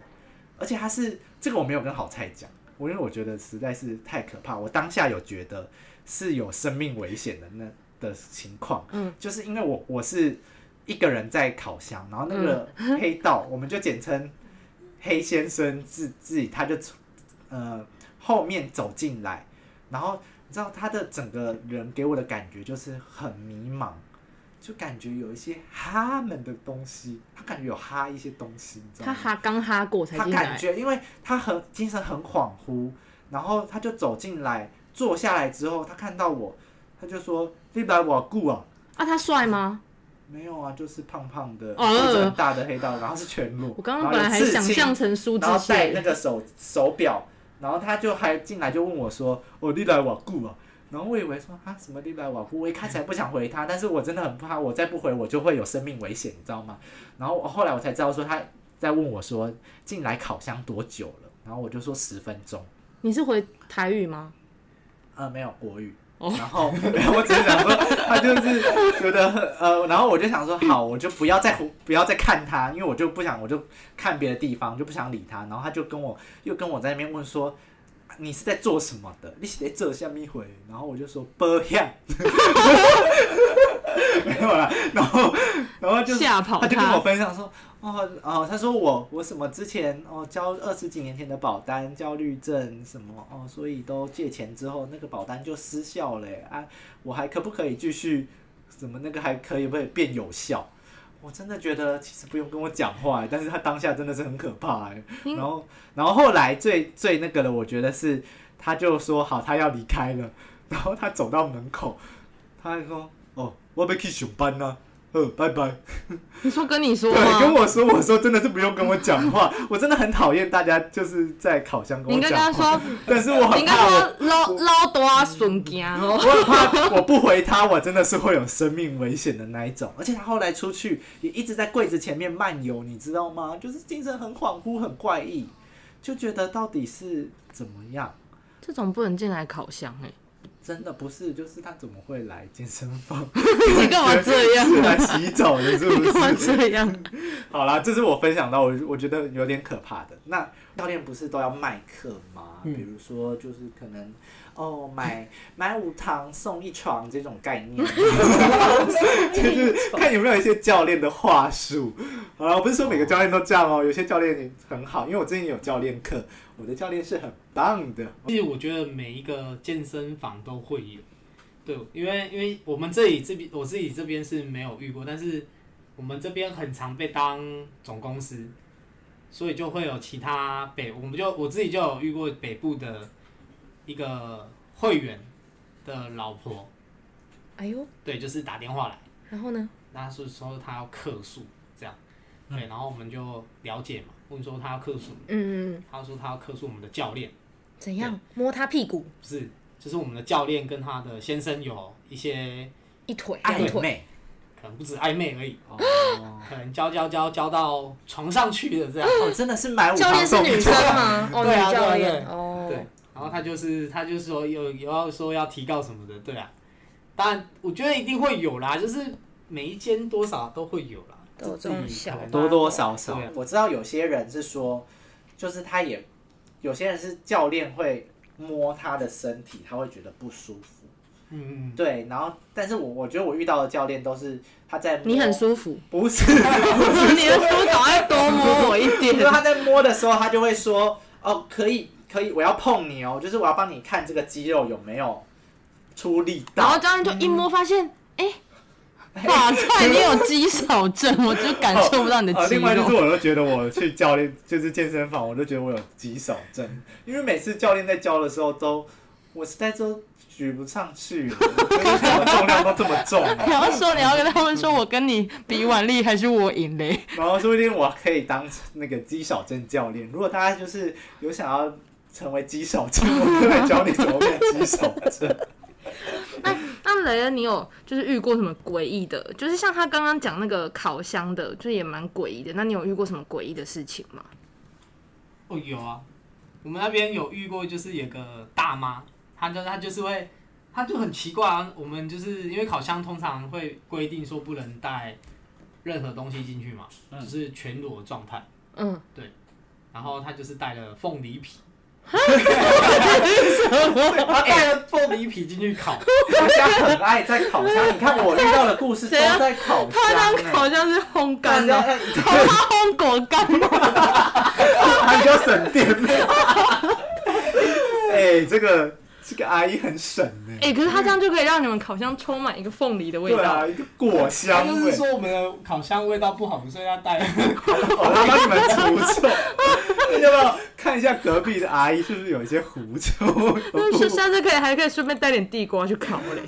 Speaker 2: 而且他是这个我没有跟好菜讲，我因为我觉得实在是太可怕，我当下有觉得是有生命危险的那的情况，
Speaker 1: 嗯，
Speaker 2: 就是因为我我是一个人在烤箱，然后那个黑道、我们就简称黑先生自自己他就从呃后面走进来，然后你知道他的整个人给我的感觉就是很迷茫，就感觉有一些哈们的东西，他感觉有哈一些东西，你知道
Speaker 1: 他
Speaker 2: 吗？
Speaker 1: 哈刚哈过才
Speaker 2: 他
Speaker 1: 进
Speaker 2: 感
Speaker 1: 来，
Speaker 2: 觉，因为他很精神很恍惚，然后他就走进来，坐下来之后，他看到我，他就说：“你来我顾啊。”
Speaker 1: 啊，他帅吗？
Speaker 2: 没有啊，就是胖胖的、
Speaker 1: 哦
Speaker 2: 肚子很大的黑道，然后是全裸。
Speaker 1: 我刚刚
Speaker 2: 然后
Speaker 1: 本
Speaker 2: 有
Speaker 1: 来还
Speaker 2: 刺
Speaker 1: 想
Speaker 2: 青
Speaker 1: 象成苏志
Speaker 2: 然后戴那
Speaker 1: 燮，
Speaker 2: 个手手表，然后他就还进来就问我说：“哦，你来瓦固啊？”然后我以为说啊什么你来瓦固，我一开始还不想回他，但是我真的很怕，我再不回我就会有生命危险，你知道吗？然后我后来我才知道说他在问我说进来烤箱多久了，然后我就说十分钟，
Speaker 1: 你是回台语吗？
Speaker 2: 呃，没有国语。
Speaker 1: 哦
Speaker 2: 然后我只是想说，他就是觉得很呃，然后我就想说，好，我就不要再不要再看他，因为我就不想，我就看别的地方，就不想理他。然后他就跟我又跟我在那边问说，你是在做什么的？你是在做下面回？然后我就说不 要，没有啦。然后然后就
Speaker 1: 吓跑
Speaker 2: 他就跟我
Speaker 1: 他，
Speaker 2: 分享说，哦哦，他说我我什么之前哦交二十几年前的保单焦虑症什么哦，所以都借钱之后那个保单就失效了耶啊，我还可不可以继续？什么那个还可以不可以变有效？我真的觉得其实不用跟我讲话耶，欸但是他当下真的是很可怕耶。
Speaker 1: 嗯
Speaker 2: 然后然后后来最最那个的，我觉得是他就说好他要离 开了，然后他走到门口，他还说哦我要去上班呢、呃，拜 拜。
Speaker 1: 你说跟你说
Speaker 2: 对，跟
Speaker 1: 吗？
Speaker 2: 我说，我说真的是不用跟我讲话，我真的很讨厌大家就是在烤箱跟
Speaker 1: 你
Speaker 2: 我
Speaker 1: 应该跟他
Speaker 2: 讲话，
Speaker 1: 说，
Speaker 2: 但是我
Speaker 1: 你
Speaker 2: 很
Speaker 1: 应该
Speaker 2: 怕我
Speaker 1: 说捞捞多啊笋干哦。
Speaker 2: 我很怕我不回他，我真的是会有生命危险的那一种。而且他后来出去也一直在柜子前面漫游，你知道吗？就是精神很恍惚，很怪异，就觉得到底是怎么样？
Speaker 1: 这种不能进来烤箱 哎、
Speaker 2: 真的不是，就是他怎么会来健身 房？
Speaker 1: 你干嘛这样
Speaker 2: 是
Speaker 1: 啊？
Speaker 2: 来洗澡的，是
Speaker 1: 你
Speaker 2: 不
Speaker 1: 干 嘛
Speaker 2: 是？
Speaker 1: 这样？
Speaker 2: 好啦，这是我分享到我我觉得有点可怕的。那教练不是都要卖课吗？
Speaker 3: 嗯
Speaker 2: 比如说就是可能哦买买五堂送一床这种概念， 就是看有没有一些教练的话术。好了，我不是说每个教练都这样哦，有些教练也很好，因为我最近有教练课，我的教练是很棒的。
Speaker 3: 其实我觉得每一个健身房都会有，对，因为因为我们这里这边我自己这边是没有遇过，但是我们这边很常被当总公司，所以就会有其他北，我们就我自己就有遇过北部的一个会员的老婆，
Speaker 1: 哎呦，
Speaker 3: 对，就是打电话来，
Speaker 1: 然后呢？
Speaker 3: 那是说她要客诉这样，对，然后我们就了解嘛，问说她要客诉，
Speaker 1: 嗯，
Speaker 3: 她说她要客诉我们的教练。
Speaker 1: 怎样？摸他屁股
Speaker 3: 不是，就是我们的教练跟他的先生有一些
Speaker 1: 一腿两
Speaker 2: 暧
Speaker 1: 腿，
Speaker 2: 昧
Speaker 3: 可能不止暧昧而已，
Speaker 2: 哎哦，
Speaker 3: 可能交交交交到床上去的这样。
Speaker 2: 哦真的是买五
Speaker 1: 教
Speaker 2: 堂
Speaker 1: 练是
Speaker 2: 送一
Speaker 1: 女
Speaker 2: 床
Speaker 1: 生。吗？哦，
Speaker 3: 对啊
Speaker 1: 女教
Speaker 3: 对啊对
Speaker 1: 练
Speaker 3: 啊
Speaker 1: 哦
Speaker 3: 对，，然后他就是他就是说有有要说要提告什么的，对啊。当然，我觉得一定会有啦，就是每一间多少都会有啦。
Speaker 1: 都有这种小
Speaker 3: 可能
Speaker 2: 多多少少
Speaker 3: 对啊。
Speaker 2: 我知道有些人是说，就是他也，有些人是教练会摸他的身体，他会觉得不舒服。
Speaker 3: 嗯，嗯
Speaker 2: 对，然后但是我我觉得我遇到的教练都是他在摸
Speaker 1: 你很舒服，
Speaker 2: 不是，
Speaker 1: 你的手赶快多摸我一
Speaker 2: 就是
Speaker 1: 点。
Speaker 2: 他在摸的时候，他就会说哦可以可以，我要碰你哦，就是我要帮你看这个肌肉有没有出力
Speaker 1: 然后
Speaker 2: 道。
Speaker 1: 教练就一摸发现，哎、哇塞，你有肌少症，我就感受不到你的
Speaker 2: 呃，
Speaker 1: 肌
Speaker 2: 另外就是
Speaker 1: 肉。
Speaker 2: 我都觉得我去教练就是健身房，我都觉得我有棘手症，因为每次教练在教的时候都，我实在都举不上去了，为什么重量都这么重、
Speaker 1: 你
Speaker 2: 啊？
Speaker 1: 要说你要跟他们说，我跟你比腕力还是我赢嘞？
Speaker 2: 然后说不定我可以当那个肌少症教练，如果大家就是有想要成为肌少症，我就来教你怎么变肌少 症。
Speaker 1: 那那雷恩，你有就是遇过什么诡异的？就是像他刚刚讲那个烤箱的，就也蛮诡异的。那你有遇过什么诡异的事情吗？
Speaker 3: 哦有啊，我们那边有遇过，就是有个大妈，她就她就是会，她就很奇怪啊。我们就是因为烤箱通常会规定说不能带任何东西进去嘛，
Speaker 2: 嗯
Speaker 3: 就是全裸的状态。
Speaker 1: 嗯，
Speaker 3: 然后她就是带了凤梨皮，她
Speaker 2: 大
Speaker 3: 带了凤梨皮进去烤，
Speaker 2: 家很爱在烤箱，你看我遇到的故事都在烤箱、
Speaker 1: 啊他
Speaker 2: 欸，
Speaker 1: 那烤箱是烘干
Speaker 2: 大
Speaker 1: 的，
Speaker 2: 家
Speaker 1: 他烘狗干吗？
Speaker 2: 他比较省电。 哎、这个这个阿姨很省哎、
Speaker 1: 哎、可是他这样就可以让你们烤箱充满一个凤梨的味
Speaker 2: 对
Speaker 1: 道。
Speaker 2: 啊，一个果
Speaker 3: 她
Speaker 2: 香欸
Speaker 3: 就
Speaker 2: 味
Speaker 3: 是，说我们的烤箱味道不好，所以她带了。
Speaker 2: 我来哦帮你们除臭。 要不要看一下隔壁的阿姨是不是有一些狐臭？
Speaker 1: 那是下次可以还可以顺便带点地瓜去烤嘞。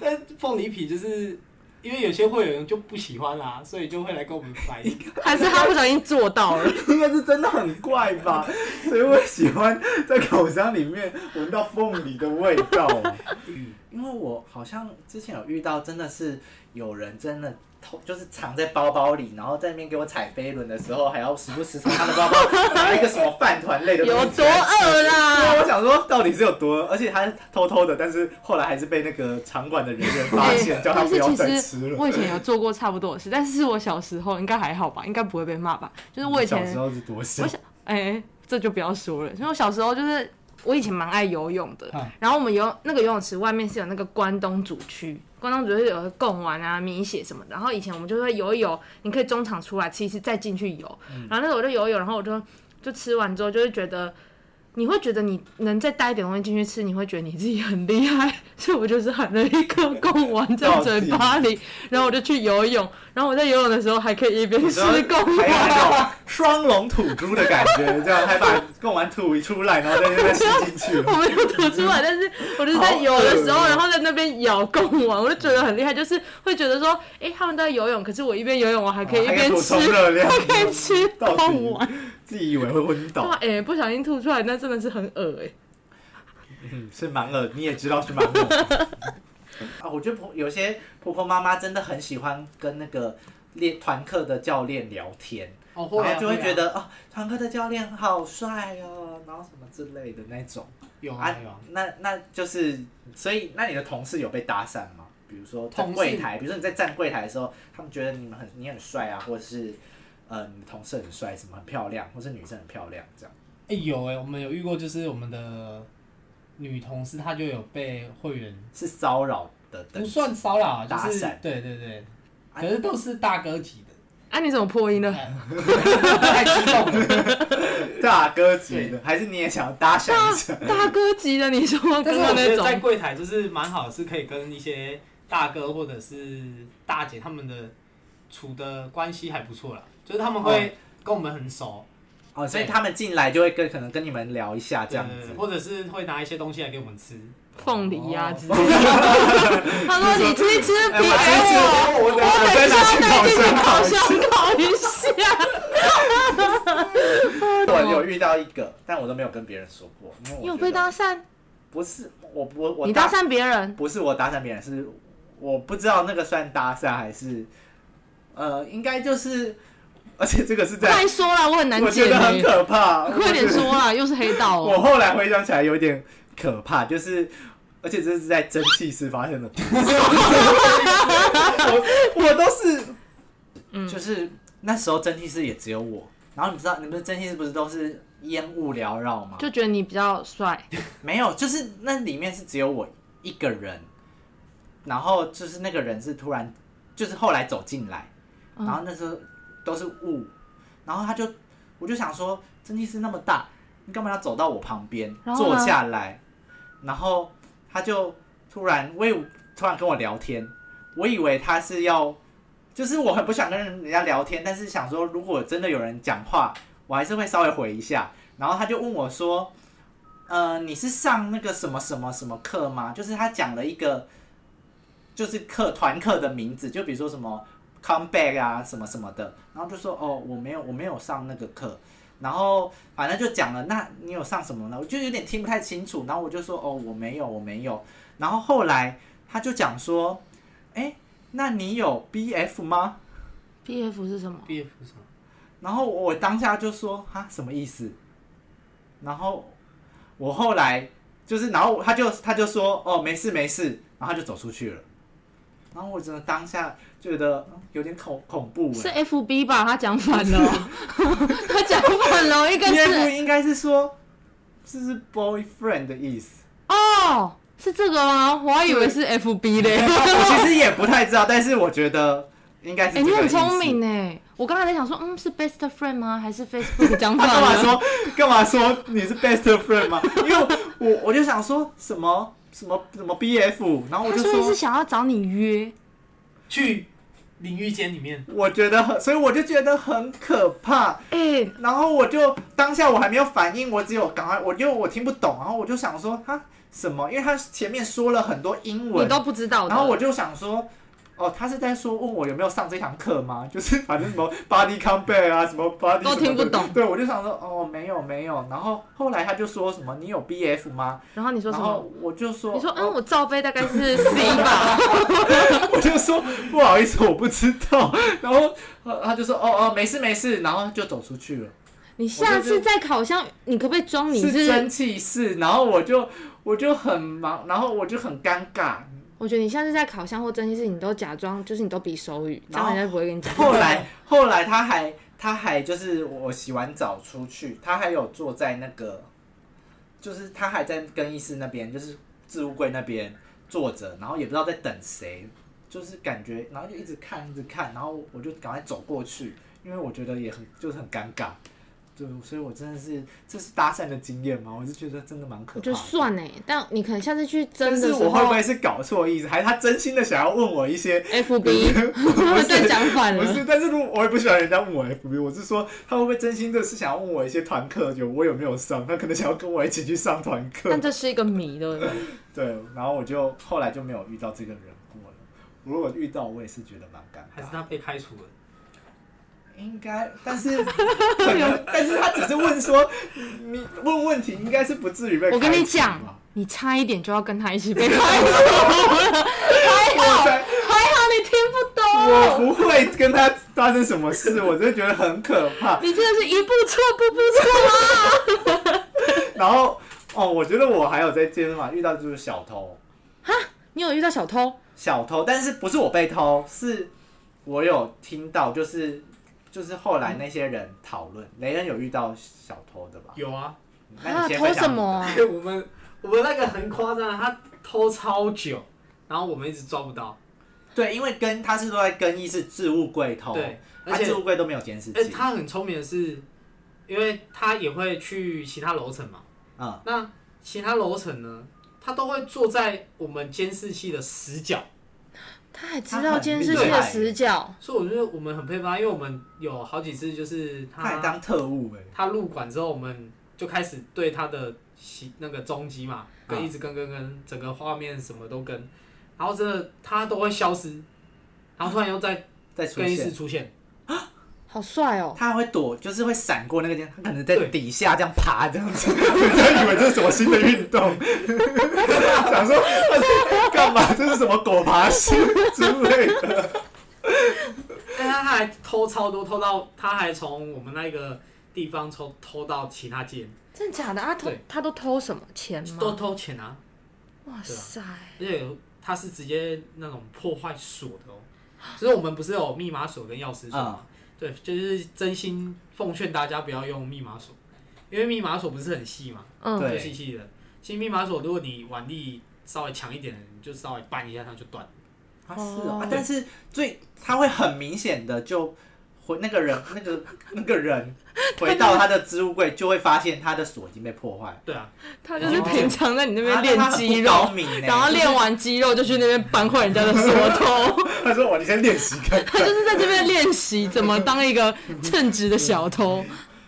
Speaker 3: 但凤梨皮就是因为有些会员就不喜欢啦、所以就会来跟我们 买。
Speaker 1: 还是他不小心做到了？
Speaker 2: 应该是真的很怪吧？ 谁会喜欢在烤箱里面闻到凤梨的味道、啊？ 因为我好像之前有遇到，真的是有人真的偷，就是藏在包包里，然后在那边给我踩飞轮的时候，还要时不时从他的包包 拿一个什么饭团类的
Speaker 1: 有
Speaker 2: 东西
Speaker 1: 多饿
Speaker 2: 对，
Speaker 1: 啦？
Speaker 2: 我想说到底是有多，而且他是偷偷的，但是后来还是被那个场馆的人员发 现，叫他
Speaker 1: 但
Speaker 2: 不
Speaker 1: 是
Speaker 2: 要
Speaker 1: 其
Speaker 2: 再吃
Speaker 1: 实
Speaker 2: 了。
Speaker 1: 我以前有做过差不多的事，但是是我小时候应该还好吧，应该不会被骂吧？就是我以
Speaker 2: 小
Speaker 1: 前
Speaker 2: 时候是多小
Speaker 1: 我？想，哎、这就不要说了。因为我小时候就是我以前蛮爱游泳的，
Speaker 3: 嗯
Speaker 1: 然后我们游那个游泳池外面是有那个关东煮区，关东煮就是有贡丸啊、米血什么的。然后以前我们就会游一游，你可以中场出来吃一次，再进去游。然后那时候我就游一游，然后我就就吃完之后就会觉得。你会觉得你能再带一点东西进去吃，你会觉得你自己很厉害。 所以我就是含了一颗贡丸在嘴巴里，然后我就去游泳，然后我在游泳的时候还可以一边吃贡
Speaker 2: 还有那
Speaker 1: 丸。
Speaker 2: 种双龙吐珠的感觉，这样还把贡丸吐一出来，然后在那边吸进 去。
Speaker 1: 我没有吐出来，但是我就是在游的时
Speaker 2: 好
Speaker 1: 候，
Speaker 2: 恶
Speaker 1: 然后在那边咬贡丸，我就觉得很厉害，就是会觉得说，哎、他们都在游泳，可是我一边游泳，哦我还可以一
Speaker 2: 还可以
Speaker 1: 边
Speaker 2: 补
Speaker 1: 吃，
Speaker 2: 充热量，
Speaker 1: 还可以吃
Speaker 2: 到
Speaker 1: 贡丸。
Speaker 2: 底自己以为会昏
Speaker 1: 哇，
Speaker 2: 倒，
Speaker 1: 哎、不小心吐出来，那真的是很恶哎、
Speaker 2: 嗯，是蛮恶，你也知道是蛮恶。 啊，我觉得婆有些婆婆妈妈真的很喜欢跟那个练团课的教练聊天，
Speaker 3: 哦，会
Speaker 2: 然
Speaker 3: 啊，
Speaker 2: 后就会
Speaker 3: 啊
Speaker 2: 觉得哦，团课的教练好帅哦，然后什么之类的那种。
Speaker 3: 有啊
Speaker 2: 啊
Speaker 3: 有啊，，
Speaker 2: 那那就是，所以那你的同事有被搭讪吗？比如说在
Speaker 3: 同事
Speaker 2: 柜台，比如说你在站柜台的时候，他们觉得你们很你很帅啊，或者是呃你的同事很帅，什么很漂亮，或是女生很漂亮这样。
Speaker 3: 哎、有哎、我们有遇过，就是我们的女同事，她就有被会员
Speaker 2: 是骚扰的等
Speaker 3: 不
Speaker 2: 级，
Speaker 3: 算骚扰，啊就
Speaker 2: 搭
Speaker 3: 是
Speaker 2: 讪
Speaker 3: 对对对，
Speaker 2: 啊
Speaker 3: 可是都是大哥级的，哎
Speaker 1: 啊，你怎么破 音了？
Speaker 3: 太激动了。
Speaker 2: 大哥级的，还是你也想要搭讪 一下？
Speaker 1: 大哥级的，你说刚
Speaker 3: 但是我
Speaker 1: 刚
Speaker 3: 觉
Speaker 1: 那
Speaker 3: 得在
Speaker 1: 种，
Speaker 3: 柜台就是蛮好，是可以跟一些大哥或者是大姐他们的处的关系还不错啦，就是他们会跟我们很熟，
Speaker 2: 哦，所以他们进来就会跟可能跟你们聊一下这样
Speaker 3: 对
Speaker 2: 子
Speaker 3: 对对。呃或者是会拿一些东西来给我们吃。
Speaker 1: 凤梨呀、
Speaker 2: 哦
Speaker 1: 之类的。他说你吃一吃，别
Speaker 2: 哎我还
Speaker 1: 给我，
Speaker 2: 我
Speaker 1: 我等一下带进去烤
Speaker 2: 烤
Speaker 1: 箱烤一下。
Speaker 2: 我有遇到一个，但我都没有跟别人说过，因为我
Speaker 1: 你有
Speaker 2: 觉
Speaker 1: 被
Speaker 2: 得
Speaker 1: 搭讪？
Speaker 2: 不是我我我
Speaker 1: 你
Speaker 2: 搭
Speaker 1: 搭讪别人？
Speaker 2: 不是我搭讪别人，是我不知道那个算搭讪还是，呃，应该就是，而且这个是在
Speaker 1: 快说啦，我很难
Speaker 2: 我觉
Speaker 1: 解
Speaker 2: 得很
Speaker 1: 你。
Speaker 2: 可怕，
Speaker 1: 快点说
Speaker 2: 啊
Speaker 1: 啦， 又是黑道
Speaker 2: 我
Speaker 1: 哦、
Speaker 2: 后来回想起来有点可怕，就是。而且这是在蒸汽室发 生的，我我都是，
Speaker 1: 嗯
Speaker 2: 就是那时候蒸汽室也只有我，然后你知道你们蒸汽室不是都是烟雾缭绕吗？
Speaker 1: 就觉得你比较帅，
Speaker 2: 没有，就是那里面是只有我一个人，然后就是那个人是突然，就是后来走进来，
Speaker 1: 嗯
Speaker 2: 然后那时候都是雾，然后他就，我就想说，蒸汽室那么大，你干嘛要走到我旁边
Speaker 1: 然后呢
Speaker 2: 坐下来？然后他就突然，我以为突然跟我聊天，我以为他是要，就是我很不想跟人家聊天，但是想说如果真的有人讲话，我还是会稍微回一下。然后他就问我说：“呃，你是上那个什么什么什么课吗？”就是他讲了一个，就是课团课的名字，就比如说什么 comeback 啊什么什么的。然后就说：“哦，我没有，我没有上那个课。”然后反正就讲了，那你有上什么呢？我就有点听不太清楚。然后我就说：“哦，我没有，我没有。”然后后来他就讲说：“哎，那你有 BF 吗？”
Speaker 1: B F 是什么？
Speaker 3: B F 什么？
Speaker 2: 然后我当下就说哈什么意思？然后我后来就是，然后他就他就说哦没事没事，然后他就走出去了。然后我真的当下觉得嗯有点恐恐怖
Speaker 1: 是
Speaker 2: 哎、
Speaker 1: F B 吧？他讲反了 哦，他讲反了哦，应该
Speaker 2: BF
Speaker 1: 是
Speaker 2: 应该是说这是 boyfriend 的意思，
Speaker 1: 哦，是这个吗？我还以为是 F B 嘞。
Speaker 2: 我其实也不太知道，但是我觉得应该是
Speaker 1: 哎、
Speaker 2: 这个
Speaker 1: 你
Speaker 2: 意思。
Speaker 1: 很聪明哎！我刚才在想说，嗯，是 best friend 吗？还是 Facebook 讲
Speaker 2: 他
Speaker 1: 反
Speaker 2: 干嘛
Speaker 1: 了？
Speaker 2: 说干嘛说你是 best friend 吗？因为我我就想说什么什么什么 BF，然后我
Speaker 1: 他
Speaker 2: 就
Speaker 1: 说的是想要找你约，
Speaker 3: 去淋浴间里面，
Speaker 2: 我觉得很，所以我就觉得很可怕。
Speaker 1: 哎、
Speaker 2: 然后我就当下我还没有反应，我只有赶快，我因为我听不懂，然后我就想说哈什么，因为他前面说了很多英
Speaker 1: 你
Speaker 2: 文，
Speaker 1: 都不知道的。
Speaker 2: 然后我就想说。哦，他是在说问我有没有上这堂课吗？就是反正什么 body combat 啊，什么 body
Speaker 1: 都
Speaker 2: 什么的
Speaker 1: 听不懂
Speaker 2: 对，我就想说哦，没有没有。然后后来他就说什么你有 BF 吗？
Speaker 1: 然后你说
Speaker 2: 然
Speaker 1: 什
Speaker 2: 后
Speaker 1: 么？
Speaker 2: 我就说，
Speaker 1: 你说，嗯，
Speaker 2: 哦
Speaker 1: 我罩杯大概是 C 吧。
Speaker 2: 我就说不好意思，我不知道。然后呃他就说哦哦，没事没事，然后就走出去了。
Speaker 1: 你下次在烤箱，你可不可以装你
Speaker 2: 是蒸
Speaker 1: 是？
Speaker 2: 汽室，然后我就我就很忙，然后我就很尴尬。
Speaker 1: 我觉得你下次在烤箱或蒸汽室，你都假装就是你都比手语，这
Speaker 2: 然后
Speaker 1: 样人家不会跟你讲。
Speaker 2: 后来后来他还他还就是我洗完澡出去，他还有坐在那个，就是他还在更衣室那边，就是置物柜那边坐着，然后也不知道在等谁，就是感觉然后就一直看一直看，然后我就赶快走过去，因为我觉得也很就是很尴尬。对，所以我真的是这是搭讪的经验嘛，我是觉得真的蛮可
Speaker 4: 我
Speaker 2: 怕
Speaker 4: 觉
Speaker 2: 的。
Speaker 4: 得算 哎，但你可能下次去真
Speaker 2: 但
Speaker 4: 的时
Speaker 2: 是我会不
Speaker 4: 候
Speaker 1: 哦
Speaker 2: 会是搞错意思？还是他真心的想要问我一些？
Speaker 4: ，FB
Speaker 2: 不是
Speaker 4: 对讲反
Speaker 1: 嗯
Speaker 2: 不
Speaker 4: 了，
Speaker 2: 是，但是如果我也不喜欢人家问我 FB，我是说他会不会真心的是想要问我一些团课有我有没有上？他可能想要跟我一起去上团课
Speaker 1: 但。这是一个谜，对不对？
Speaker 2: 对，然后我就后来就没有遇到这个人过了。如果遇到，我也是觉得蛮尴
Speaker 3: 还是
Speaker 2: 尬。
Speaker 3: 他被开除了？
Speaker 2: 哦应该，但是 可能，但是他只是问说，你问问题应该是不至于被
Speaker 1: 我跟你
Speaker 2: 开除
Speaker 1: 讲
Speaker 2: 嘛，
Speaker 1: 你差一点就要跟他一起被开除了，还
Speaker 2: 我
Speaker 1: 好
Speaker 2: 才
Speaker 1: 还好你听不
Speaker 2: 我
Speaker 1: 懂，
Speaker 2: 不会跟他发生什么事，我真的觉得很可怕。
Speaker 1: 你真的是一步错步步错啊！
Speaker 2: 然后哦，我觉得我还有在健身房遇到就是小偷，
Speaker 1: 你有遇到小偷？
Speaker 2: 小偷，但是不是我被偷，是我有听到，就是就是后来那些人讨论，雷恩有遇到小偷的吧？
Speaker 3: 有啊，
Speaker 2: 那
Speaker 4: 啊，
Speaker 2: 你先
Speaker 4: 偷
Speaker 2: 分享
Speaker 4: 什么啊？
Speaker 3: 我们我们那个很夸张，他偷超久，然后我们一直抓不到。
Speaker 2: 对，因为跟他是都在更衣室置物柜偷，
Speaker 3: 对，而
Speaker 2: 哦他置
Speaker 3: 且
Speaker 2: 物柜都没有监视
Speaker 3: 而且
Speaker 2: 器，
Speaker 3: 他很聪明的是，因为他也会去其他楼层嘛。
Speaker 2: 嗯，
Speaker 3: 那其他楼层呢，他都会坐在我们监视器的死角，
Speaker 4: 他还知
Speaker 2: 啊
Speaker 4: 道监视器
Speaker 2: 他
Speaker 4: 的
Speaker 2: 很厉害
Speaker 4: 死角，
Speaker 3: 所以我觉得我们很佩服他，因为我们有好几次就是
Speaker 2: 他还当特务哎、
Speaker 3: 他入馆之后，我们就开始对他的习那个踪迹嘛，跟
Speaker 2: 啊
Speaker 3: 一直跟跟跟，整个画面什么都跟，然后真的他都会消失，然后突然又在
Speaker 2: 在出
Speaker 3: 更衣室
Speaker 2: 现。
Speaker 3: 出现，
Speaker 4: 好帅哦！
Speaker 2: 他还会躲，就是会闪过那个间，他可能在
Speaker 3: 对
Speaker 2: 底下这样爬这样 子，人家以为这是什么新的运动，想说他是干嘛？这是什么狗爬式之类的？
Speaker 3: 但他还偷超多，偷到他还从我们那个地方偷偷到其他间，
Speaker 4: 真的假
Speaker 1: 啊
Speaker 4: 的？他偷
Speaker 3: 对
Speaker 4: 他都偷什么钱
Speaker 3: 都
Speaker 4: 吗？
Speaker 3: 偷钱啊，
Speaker 4: 哇塞！
Speaker 3: 而且他是直接那种破坏锁的哦，就是我们不是有密码锁跟钥匙
Speaker 2: 啊
Speaker 3: 锁
Speaker 2: 嗯
Speaker 3: 吗？对，就是真心奉劝大家不要用密码锁，因为密码锁不是很细嘛，
Speaker 4: 嗯，
Speaker 2: 对
Speaker 3: 就细细的。其实密码锁，如果你腕力稍微强一点，你就稍微扳一下它就断了。
Speaker 2: 啊是哦
Speaker 4: 哦
Speaker 2: 啊，但是最他会很明显的就回那个人，那个那个人回到他的置物柜，就会发现他的锁已经被破坏。
Speaker 3: 对啊，
Speaker 1: 他就是平常在你那边
Speaker 2: 啊
Speaker 1: 练
Speaker 2: 他很
Speaker 1: 肌
Speaker 2: 不
Speaker 1: 肉，
Speaker 2: 高明欸
Speaker 1: 然后练完肌肉就去那边搬坏人家的锁头，
Speaker 2: 他说：“我你先练习看。
Speaker 1: 他就是在这边练习怎么当一个称职的小 偷。”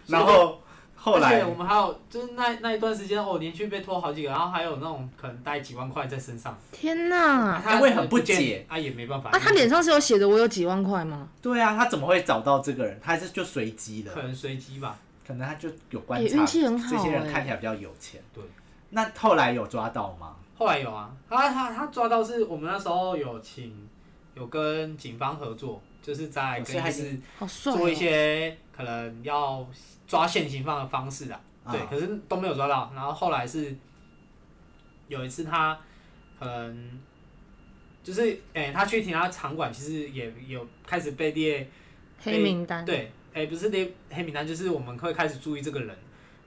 Speaker 2: 然后后
Speaker 3: 而
Speaker 2: 来
Speaker 3: 且我们还有就是那那一段时间，哦，连续被偷好几个，然后还有那种可能带几万块在身上，
Speaker 4: 天哪！
Speaker 3: 他
Speaker 2: 会很不
Speaker 3: 不见
Speaker 2: 解
Speaker 3: 啊，也没办法。
Speaker 4: 嗯啊，他脸上是有写着我有几万块吗？
Speaker 2: 对啊，他怎么会找到这个人？他还是就随机的
Speaker 3: 可，能随机吧，
Speaker 2: 可能他就有观
Speaker 4: 也
Speaker 2: 察，
Speaker 4: 运气很好
Speaker 2: 这些人
Speaker 4: 欸
Speaker 2: 看起来比较有钱。
Speaker 3: 对。
Speaker 2: 那后来有抓到吗？
Speaker 3: 后来有啊，他他他抓到是我们那时候有请有跟警方合作，就是在
Speaker 2: 哦
Speaker 3: 跟
Speaker 2: 所以还
Speaker 3: 就是是
Speaker 4: 好帅哦！
Speaker 3: 做一些可能要抓现行犯的方式啊，
Speaker 2: 啊
Speaker 3: 对，可是都没有抓到。然后后来是有一次他可能就是诶、他去其他场馆，其实也有开始被列
Speaker 4: 哦黑名单，
Speaker 3: 对，诶、不是列黑名单，就是我们会开始注意这个人。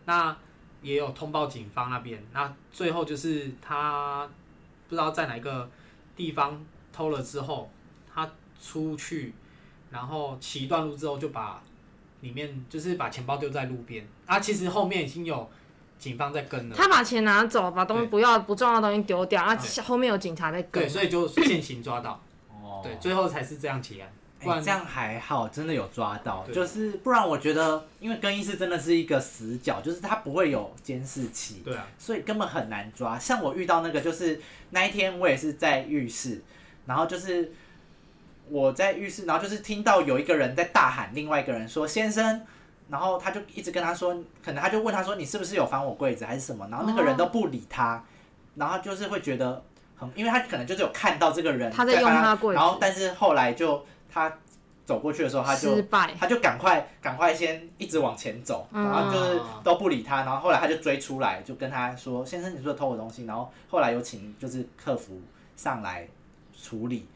Speaker 3: 那也有通报警方那边，那最后就是他不知道在哪一个地方偷了之后，他出去，然后骑一段路之后就把里面就是把钱包丢在路边。啊，其实后面已经有警方在跟了，
Speaker 4: 他把钱拿走，把东西
Speaker 3: 对
Speaker 4: 不要不重要的东西丢掉，啊，
Speaker 3: 对
Speaker 4: 后面有警察在跟
Speaker 3: 对，。所以就现行抓到，
Speaker 2: 哦
Speaker 3: 对，最后才是这样结案。不
Speaker 2: 哎、
Speaker 3: 然
Speaker 2: 这样还好，真的有抓到，
Speaker 3: 对
Speaker 2: 就是不然我觉得，因为更衣室真的是一个死角，就是它不会有监视器，
Speaker 3: 对啊，
Speaker 2: 所以根本很难抓。像我遇到那个，就是那一天我也是在浴室，然后就是我在浴室，然后就是听到有一个人在大喊，另外一个人说先生。然后他就一直跟他说，可能他就问他说：“你是不是有翻我柜子还是什么？”然后那个
Speaker 4: 哦
Speaker 2: 人都不理他，然后就是会觉得很，因为他可能就是有看到这个人
Speaker 4: 他在用
Speaker 2: 翻
Speaker 4: 他柜子
Speaker 2: 然后但是后来就他走过去的时候，他就
Speaker 4: 失败，
Speaker 2: 他就赶快赶快先一直往前走，
Speaker 4: 嗯
Speaker 2: 然后就是都不理他，然后后来他就追出来，就跟他说：“先生，你是不是偷我东西？”然后后来有请就是客服上来处理，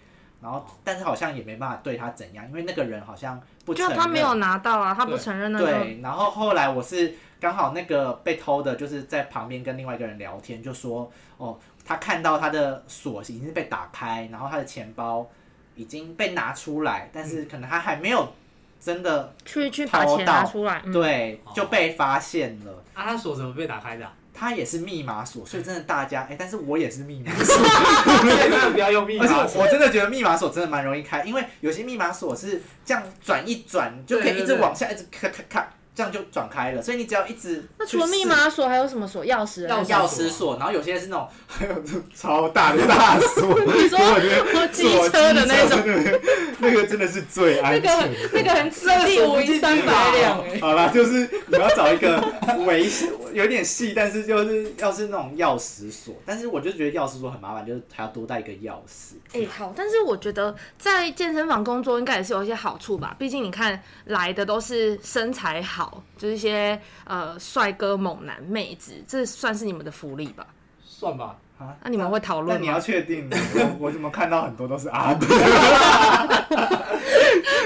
Speaker 2: 然
Speaker 4: 哦
Speaker 2: 后但是好像也没办法对他怎样，因为那个人好像不承
Speaker 4: 就
Speaker 2: 认。
Speaker 4: 他没有拿到啊，他不承认那个。
Speaker 2: 对，然后后来我是刚好那个被偷的，就是在旁边跟另外一个人聊天，就说哦，他看到他的锁已经
Speaker 4: 嗯
Speaker 2: 被打开，然后他的钱包已经被拿出来，但是可能他还没有真的
Speaker 4: 去去把钱拿出来，嗯，
Speaker 2: 对
Speaker 3: 哦
Speaker 2: 就被发现了。
Speaker 3: 啊，他锁怎么被打开 的啊？
Speaker 2: 它也是密码锁，所以真的大家哎、但是我也是密码锁。
Speaker 3: 真的啊不要用密
Speaker 2: 而且
Speaker 3: 码
Speaker 2: 我我真的觉得密码锁真的蛮容易开，因为有些密码锁是这样转一转就可以一直往下，一直咔咔咔，这样就转开了。所以你只要一直
Speaker 4: 那
Speaker 2: 去
Speaker 4: 除了密
Speaker 2: 试
Speaker 4: 码锁还有什么锁？钥匙啊？
Speaker 2: 钥
Speaker 3: 钥
Speaker 2: 钥匙
Speaker 3: 匙
Speaker 2: 锁，然后有些是那种还有那种超大的大锁，
Speaker 1: 你说我机车的那种，
Speaker 2: 种，那个真的是最
Speaker 1: 那
Speaker 2: 安
Speaker 1: 个
Speaker 2: 全
Speaker 1: 很。那个很吃力，五银三百两哎。
Speaker 2: 好啦，就是你要找一个维有点细，但是就是要是那种钥匙锁，但是我就觉得钥匙锁很麻烦，就是还要多带一个钥匙。
Speaker 4: 哎、好，但是我觉得在健身房工作应该也是有一些好处吧，毕竟你看来的都是身材好，就是一些呃帅哥猛男妹子，这算是你们的福利吧？
Speaker 3: 算吧，
Speaker 2: 啊
Speaker 4: 那、你们会讨
Speaker 2: 那
Speaker 4: 论
Speaker 2: 你要
Speaker 4: 吗？
Speaker 2: 确 定，我我怎么看到很多都是阿伯？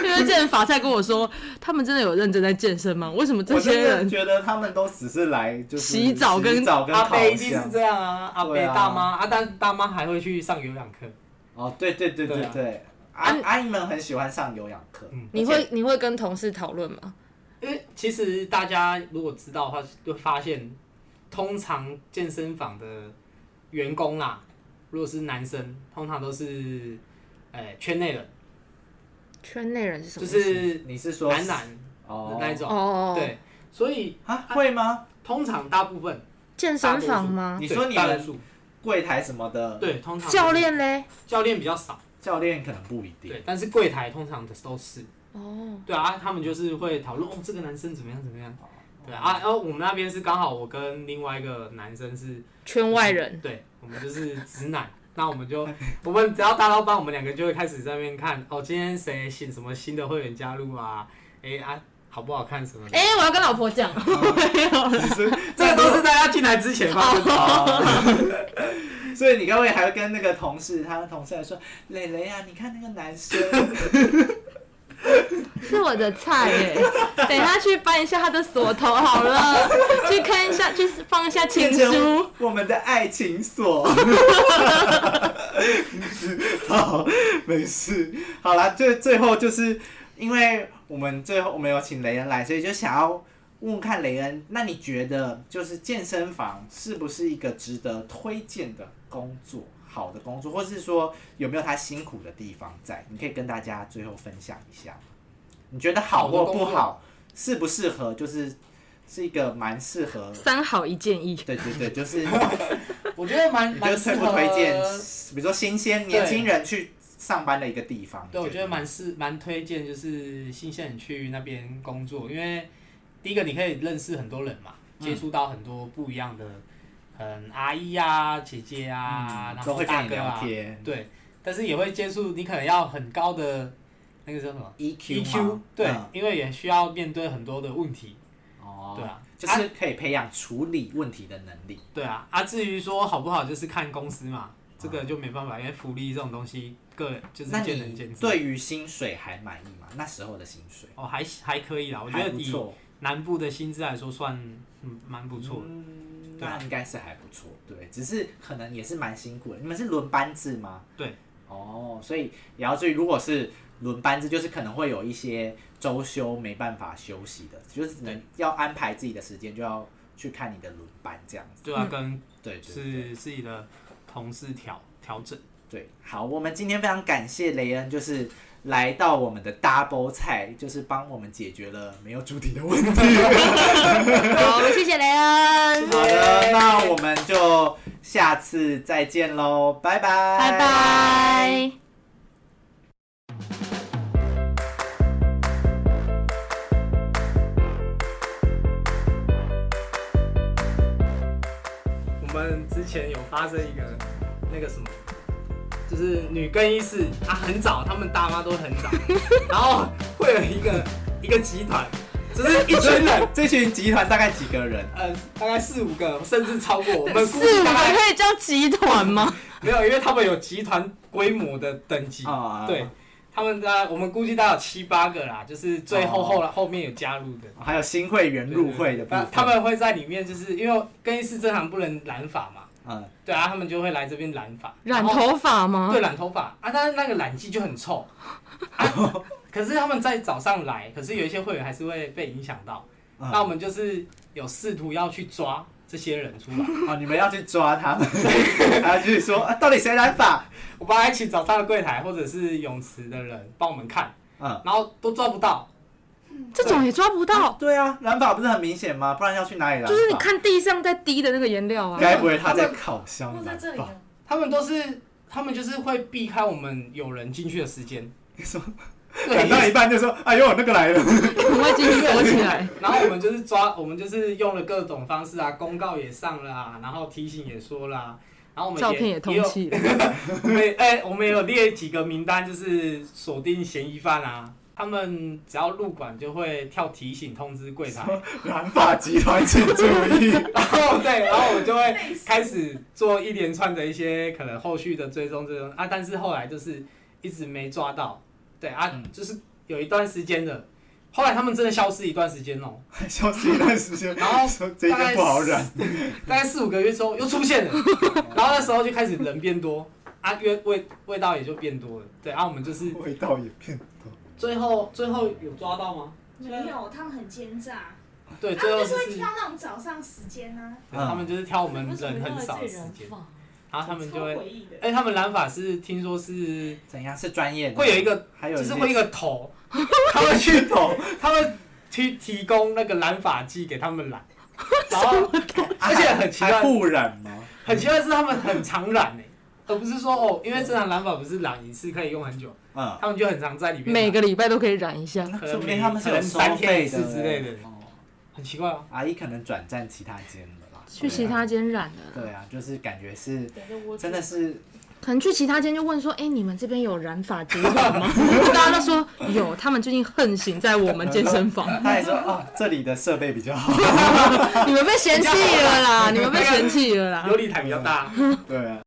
Speaker 1: 因为之前法菜跟我说，他们真的有认真在健身吗？为什 么这
Speaker 2: 我
Speaker 1: 些
Speaker 2: 真的
Speaker 1: 人
Speaker 2: 觉得他们都只是来就是
Speaker 1: 洗澡跟
Speaker 2: 洗澡跟
Speaker 3: 阿
Speaker 2: 烤
Speaker 3: 贝一定
Speaker 2: 箱
Speaker 3: 是。这样啊，阿
Speaker 2: 对
Speaker 3: 贝
Speaker 2: 啊
Speaker 3: 大妈，啊，但大妈还会去上有氧课，
Speaker 2: 哦，对对对对
Speaker 3: 对啊
Speaker 2: 对，阿阿姨们很喜欢上有氧课，
Speaker 3: 嗯
Speaker 4: 你会你会跟同事讨论吗？
Speaker 3: 因为其实大家如果知道的话，就会发现，通常健身房的员工啊，如果是男生，通常都是，哎、圈内人，
Speaker 4: 圈内人是什
Speaker 3: 就
Speaker 4: 么？
Speaker 3: 是
Speaker 2: 你是说
Speaker 3: 男男
Speaker 2: 哦
Speaker 3: 的那一种，
Speaker 4: 哦，
Speaker 3: 对，所以
Speaker 2: 啊会吗？
Speaker 3: 通常大部分
Speaker 4: 健身房吗？
Speaker 2: 你说
Speaker 3: 嗯对
Speaker 2: 你
Speaker 3: 大多
Speaker 2: 们
Speaker 3: 数
Speaker 2: 柜台什么的，
Speaker 3: 对，通常
Speaker 4: 教练嘞？
Speaker 3: 教练比较少，
Speaker 2: 教练可能不一定。
Speaker 3: 对，但是柜台通常的都是，
Speaker 4: 哦，
Speaker 3: 对啊，他们就是会讨论哦，这个男生怎么样怎么样，对啊，然、后我们那边是刚好我跟另外一个男生是
Speaker 4: 圈外人。
Speaker 3: 对，我们就是直男。那我们就， 我们只要搭到班，我们两个就会开始在那边看哦，今天谁新什么新的会员加入啊？哎、啊，好不好看什么的？
Speaker 4: 哎、我要跟老婆讲，
Speaker 3: 这个都是大家进来之前发生
Speaker 4: 哦
Speaker 3: 的。
Speaker 2: 所以你刚才还会跟那个同事，他的同事还说：“蕾蕾啊，你看那个男生，
Speaker 4: 是我的菜耶。 等一下去搬一下他的锁头好 了，去看一下，去放一下情
Speaker 2: 变
Speaker 4: 书
Speaker 2: 成。我们的爱情锁。” 好，没事。好啦，最最后就是因为我们最后我们有请雷恩来，所以就想要问问看雷恩，那你觉得就是健身房是不是一个值得推荐的工作？好的工作，或是说有没有他辛苦的地方在？你可以跟大家最后分享一下吗，你觉得好或不
Speaker 3: 好的工作
Speaker 2: 好，适不适合？就是是一个蛮适合，
Speaker 4: 三好一建议，
Speaker 2: 对对对， 就是
Speaker 3: 我觉得蛮
Speaker 2: 你觉
Speaker 3: 蛮
Speaker 2: 得
Speaker 3: 适
Speaker 2: 推
Speaker 3: 合
Speaker 2: 不推荐？比如说新鲜年轻人去上班的一个地方。
Speaker 3: 对，我
Speaker 2: 你
Speaker 3: 觉得蛮是蛮推荐，就是新鲜人去那边工作，因为第一个你可以认识很多人嘛，
Speaker 2: 嗯
Speaker 3: 接触到很多不一样的，嗯，阿姨啊、姐姐啊，然
Speaker 2: 嗯都
Speaker 3: 后
Speaker 2: 会
Speaker 3: 大
Speaker 2: 跟你
Speaker 3: 哥
Speaker 2: 聊
Speaker 3: 啊，
Speaker 2: 天
Speaker 3: 对，但是也会接触你可能要很高的那个叫什么
Speaker 2: ，EQ 吗
Speaker 3: EQ，对，E
Speaker 2: 嗯
Speaker 3: 因为也需要面对很多的问题，
Speaker 2: 哦，
Speaker 3: 对啊，
Speaker 2: 就是可以培养处理问题的能力。
Speaker 3: 对啊，啊，至于说好不好，就是看公司嘛，这个就没办法，因为福利这种东西，个人就是
Speaker 2: 那
Speaker 3: 见仁见
Speaker 2: 你
Speaker 3: 智。
Speaker 2: 对于薪水还满意吗？那时候的薪水
Speaker 3: 哦，还还可以啦，我觉
Speaker 2: 还
Speaker 3: 得
Speaker 2: 不
Speaker 3: 以
Speaker 2: 错，
Speaker 3: 南部的薪资来说算嗯蛮不错的。
Speaker 2: 嗯，
Speaker 3: 对啊
Speaker 2: 那应该是还不错，对，只是可能也是蛮辛苦的。你们是轮班制吗？
Speaker 3: 对，
Speaker 2: 哦，所以也要注意，如果是轮班制，就是可能会有一些周休没办法休息的，就是只能要安排自己的时间，就要去看你的轮班这样子。
Speaker 3: 就要跟
Speaker 2: 对，对对
Speaker 3: 是自己的同事调调整。
Speaker 2: 对，好，我们今天非常感谢雷恩，就是来到我们的 double 菜，就是帮我们解决了没有主题的问题。
Speaker 4: 好，我们谢谢雷恩，
Speaker 2: 好的，那我们就下次再见喽，拜拜，
Speaker 4: 拜拜。
Speaker 3: 我们之前有发生一个那个什么，就是女更衣室啊，很早，他们大妈都 很早，然后会有一个一个集团，就是一群人，
Speaker 2: 这群集团大概几个人？
Speaker 3: 呃，大概四五个，甚至超过，我们估
Speaker 4: 四
Speaker 3: 计
Speaker 4: 五
Speaker 3: 大
Speaker 4: 个
Speaker 3: 概
Speaker 4: 可以叫集团吗？
Speaker 3: 没有，因为他们有集团规模的等级，
Speaker 2: 啊
Speaker 3: 对。他们大概我们估计大概有七八个啦，就是最后后来后面有加入的。
Speaker 2: 还有新会员入会的部
Speaker 3: 那
Speaker 2: 分，
Speaker 3: 他们会在里面，就是因为更衣室正常不能染发嘛，
Speaker 2: 嗯，
Speaker 3: 对啊，他们就会来这边染发，
Speaker 4: 染
Speaker 3: 然后
Speaker 4: 头发吗
Speaker 3: 对，？染头发啊，但是那个染剂就很臭，啊 可是他们在早上来，可是有一些会员还是会被影响到。
Speaker 2: 嗯
Speaker 3: 那我们就是有试图要去抓这些人出来，
Speaker 2: 哦，你们要去抓他 们，然后去说啊，到底谁染发？
Speaker 3: 我帮他一起找上了柜台或者是泳池的人帮我们看，
Speaker 2: 嗯，
Speaker 3: 然后都抓不到。
Speaker 4: 这种也抓不到，
Speaker 2: 对啊，染发不是很明显吗？不然要去哪里染？
Speaker 4: 就是你，看地上在滴的那个颜料 啊，
Speaker 2: 该不会他在烤箱
Speaker 5: 放在
Speaker 2: 染
Speaker 5: 这里
Speaker 2: 发？
Speaker 5: 啊，
Speaker 3: 他们都是，他们就是会避开我们有人进去的时间。
Speaker 2: 你说染到
Speaker 3: 对，
Speaker 2: 一半就说，哎呦，那个来了。
Speaker 4: 很快进去躲起 来。
Speaker 3: 然后我们就是抓，我们就是用了各种方式啊，公告也上了啊，然后提醒也说了、啊，然后我们
Speaker 4: 照片也通
Speaker 3: 有，
Speaker 4: 气了，
Speaker 3: 我们也哎、 我们也有列几个名单，就是锁定嫌疑犯啊。他们只要入馆就会跳提醒通知柜台，
Speaker 2: 染发集团请注 意，
Speaker 3: 然后对，然后我就会开始做一连串的一些可能后续的追踪追踪啊，但是后来就是一直没抓到，对啊，
Speaker 2: 嗯
Speaker 3: 就是有一段时间的，后来他们真的消失一段时间哦、
Speaker 2: 消失一段时间，
Speaker 3: 然后
Speaker 2: 说这个不好染，
Speaker 3: 大概四五个月之后又 出现了，然后那时候就开始人变多啊，味味味道也就变多了，对啊，我们就是
Speaker 2: 味道也变多。
Speaker 3: 最后最后有抓到吗？
Speaker 5: 没有，他们很奸诈，
Speaker 3: 对，
Speaker 5: 他
Speaker 3: 最
Speaker 5: 们
Speaker 3: 后
Speaker 5: 就是
Speaker 3: 就
Speaker 5: 会
Speaker 3: 是
Speaker 5: 挑那种早上时间啊呢、
Speaker 3: 对他们就是挑我们
Speaker 5: 为什么
Speaker 3: 人
Speaker 5: 要
Speaker 3: 很
Speaker 5: 来
Speaker 3: 少
Speaker 5: 这
Speaker 3: 的
Speaker 5: 里
Speaker 3: 时
Speaker 5: 染
Speaker 3: 间，
Speaker 5: 发
Speaker 3: 然后他们就
Speaker 5: 超
Speaker 3: 会，
Speaker 5: 诡异的。
Speaker 3: 哎，他们染发是听说是
Speaker 2: 怎样是专业的？
Speaker 3: 会有一个，
Speaker 2: 还有
Speaker 3: 就是
Speaker 2: 一
Speaker 3: 会
Speaker 2: 个
Speaker 3: 一个头，他们去 头，他们提提供那个染发剂给他们染，然后而且很奇怪
Speaker 2: 还不染吗？
Speaker 3: 很奇怪的是他们很常染哎、而不是说哦，因为正常染发不是染一次可以用很久，
Speaker 2: 嗯，
Speaker 3: 他们就很常在里面染
Speaker 4: 每个礼拜都可以染一下。
Speaker 3: 可
Speaker 2: 说
Speaker 3: 能
Speaker 2: 不
Speaker 3: 每
Speaker 2: 定他们是
Speaker 3: 可
Speaker 2: 有
Speaker 3: 能
Speaker 2: 收
Speaker 3: 三天
Speaker 2: 费
Speaker 3: 一次之类
Speaker 2: 的
Speaker 3: 的，
Speaker 2: 哦
Speaker 3: 很奇怪啊。
Speaker 2: 阿姨可能转战其他间了啦，
Speaker 4: 去其他间染了，
Speaker 2: 对啊。对啊，就是感觉是
Speaker 5: 等着我
Speaker 2: 真的是
Speaker 4: 可能去其他间就问说：“哎、你们这边有染发机吗？” 大家都说有，他们最近横行在我们健身房，
Speaker 2: 他还说哦，这里的设备比较好。
Speaker 4: 你们被嫌弃了啦，你们被嫌弃了啦。
Speaker 3: 有理台比较大。
Speaker 2: 对啊，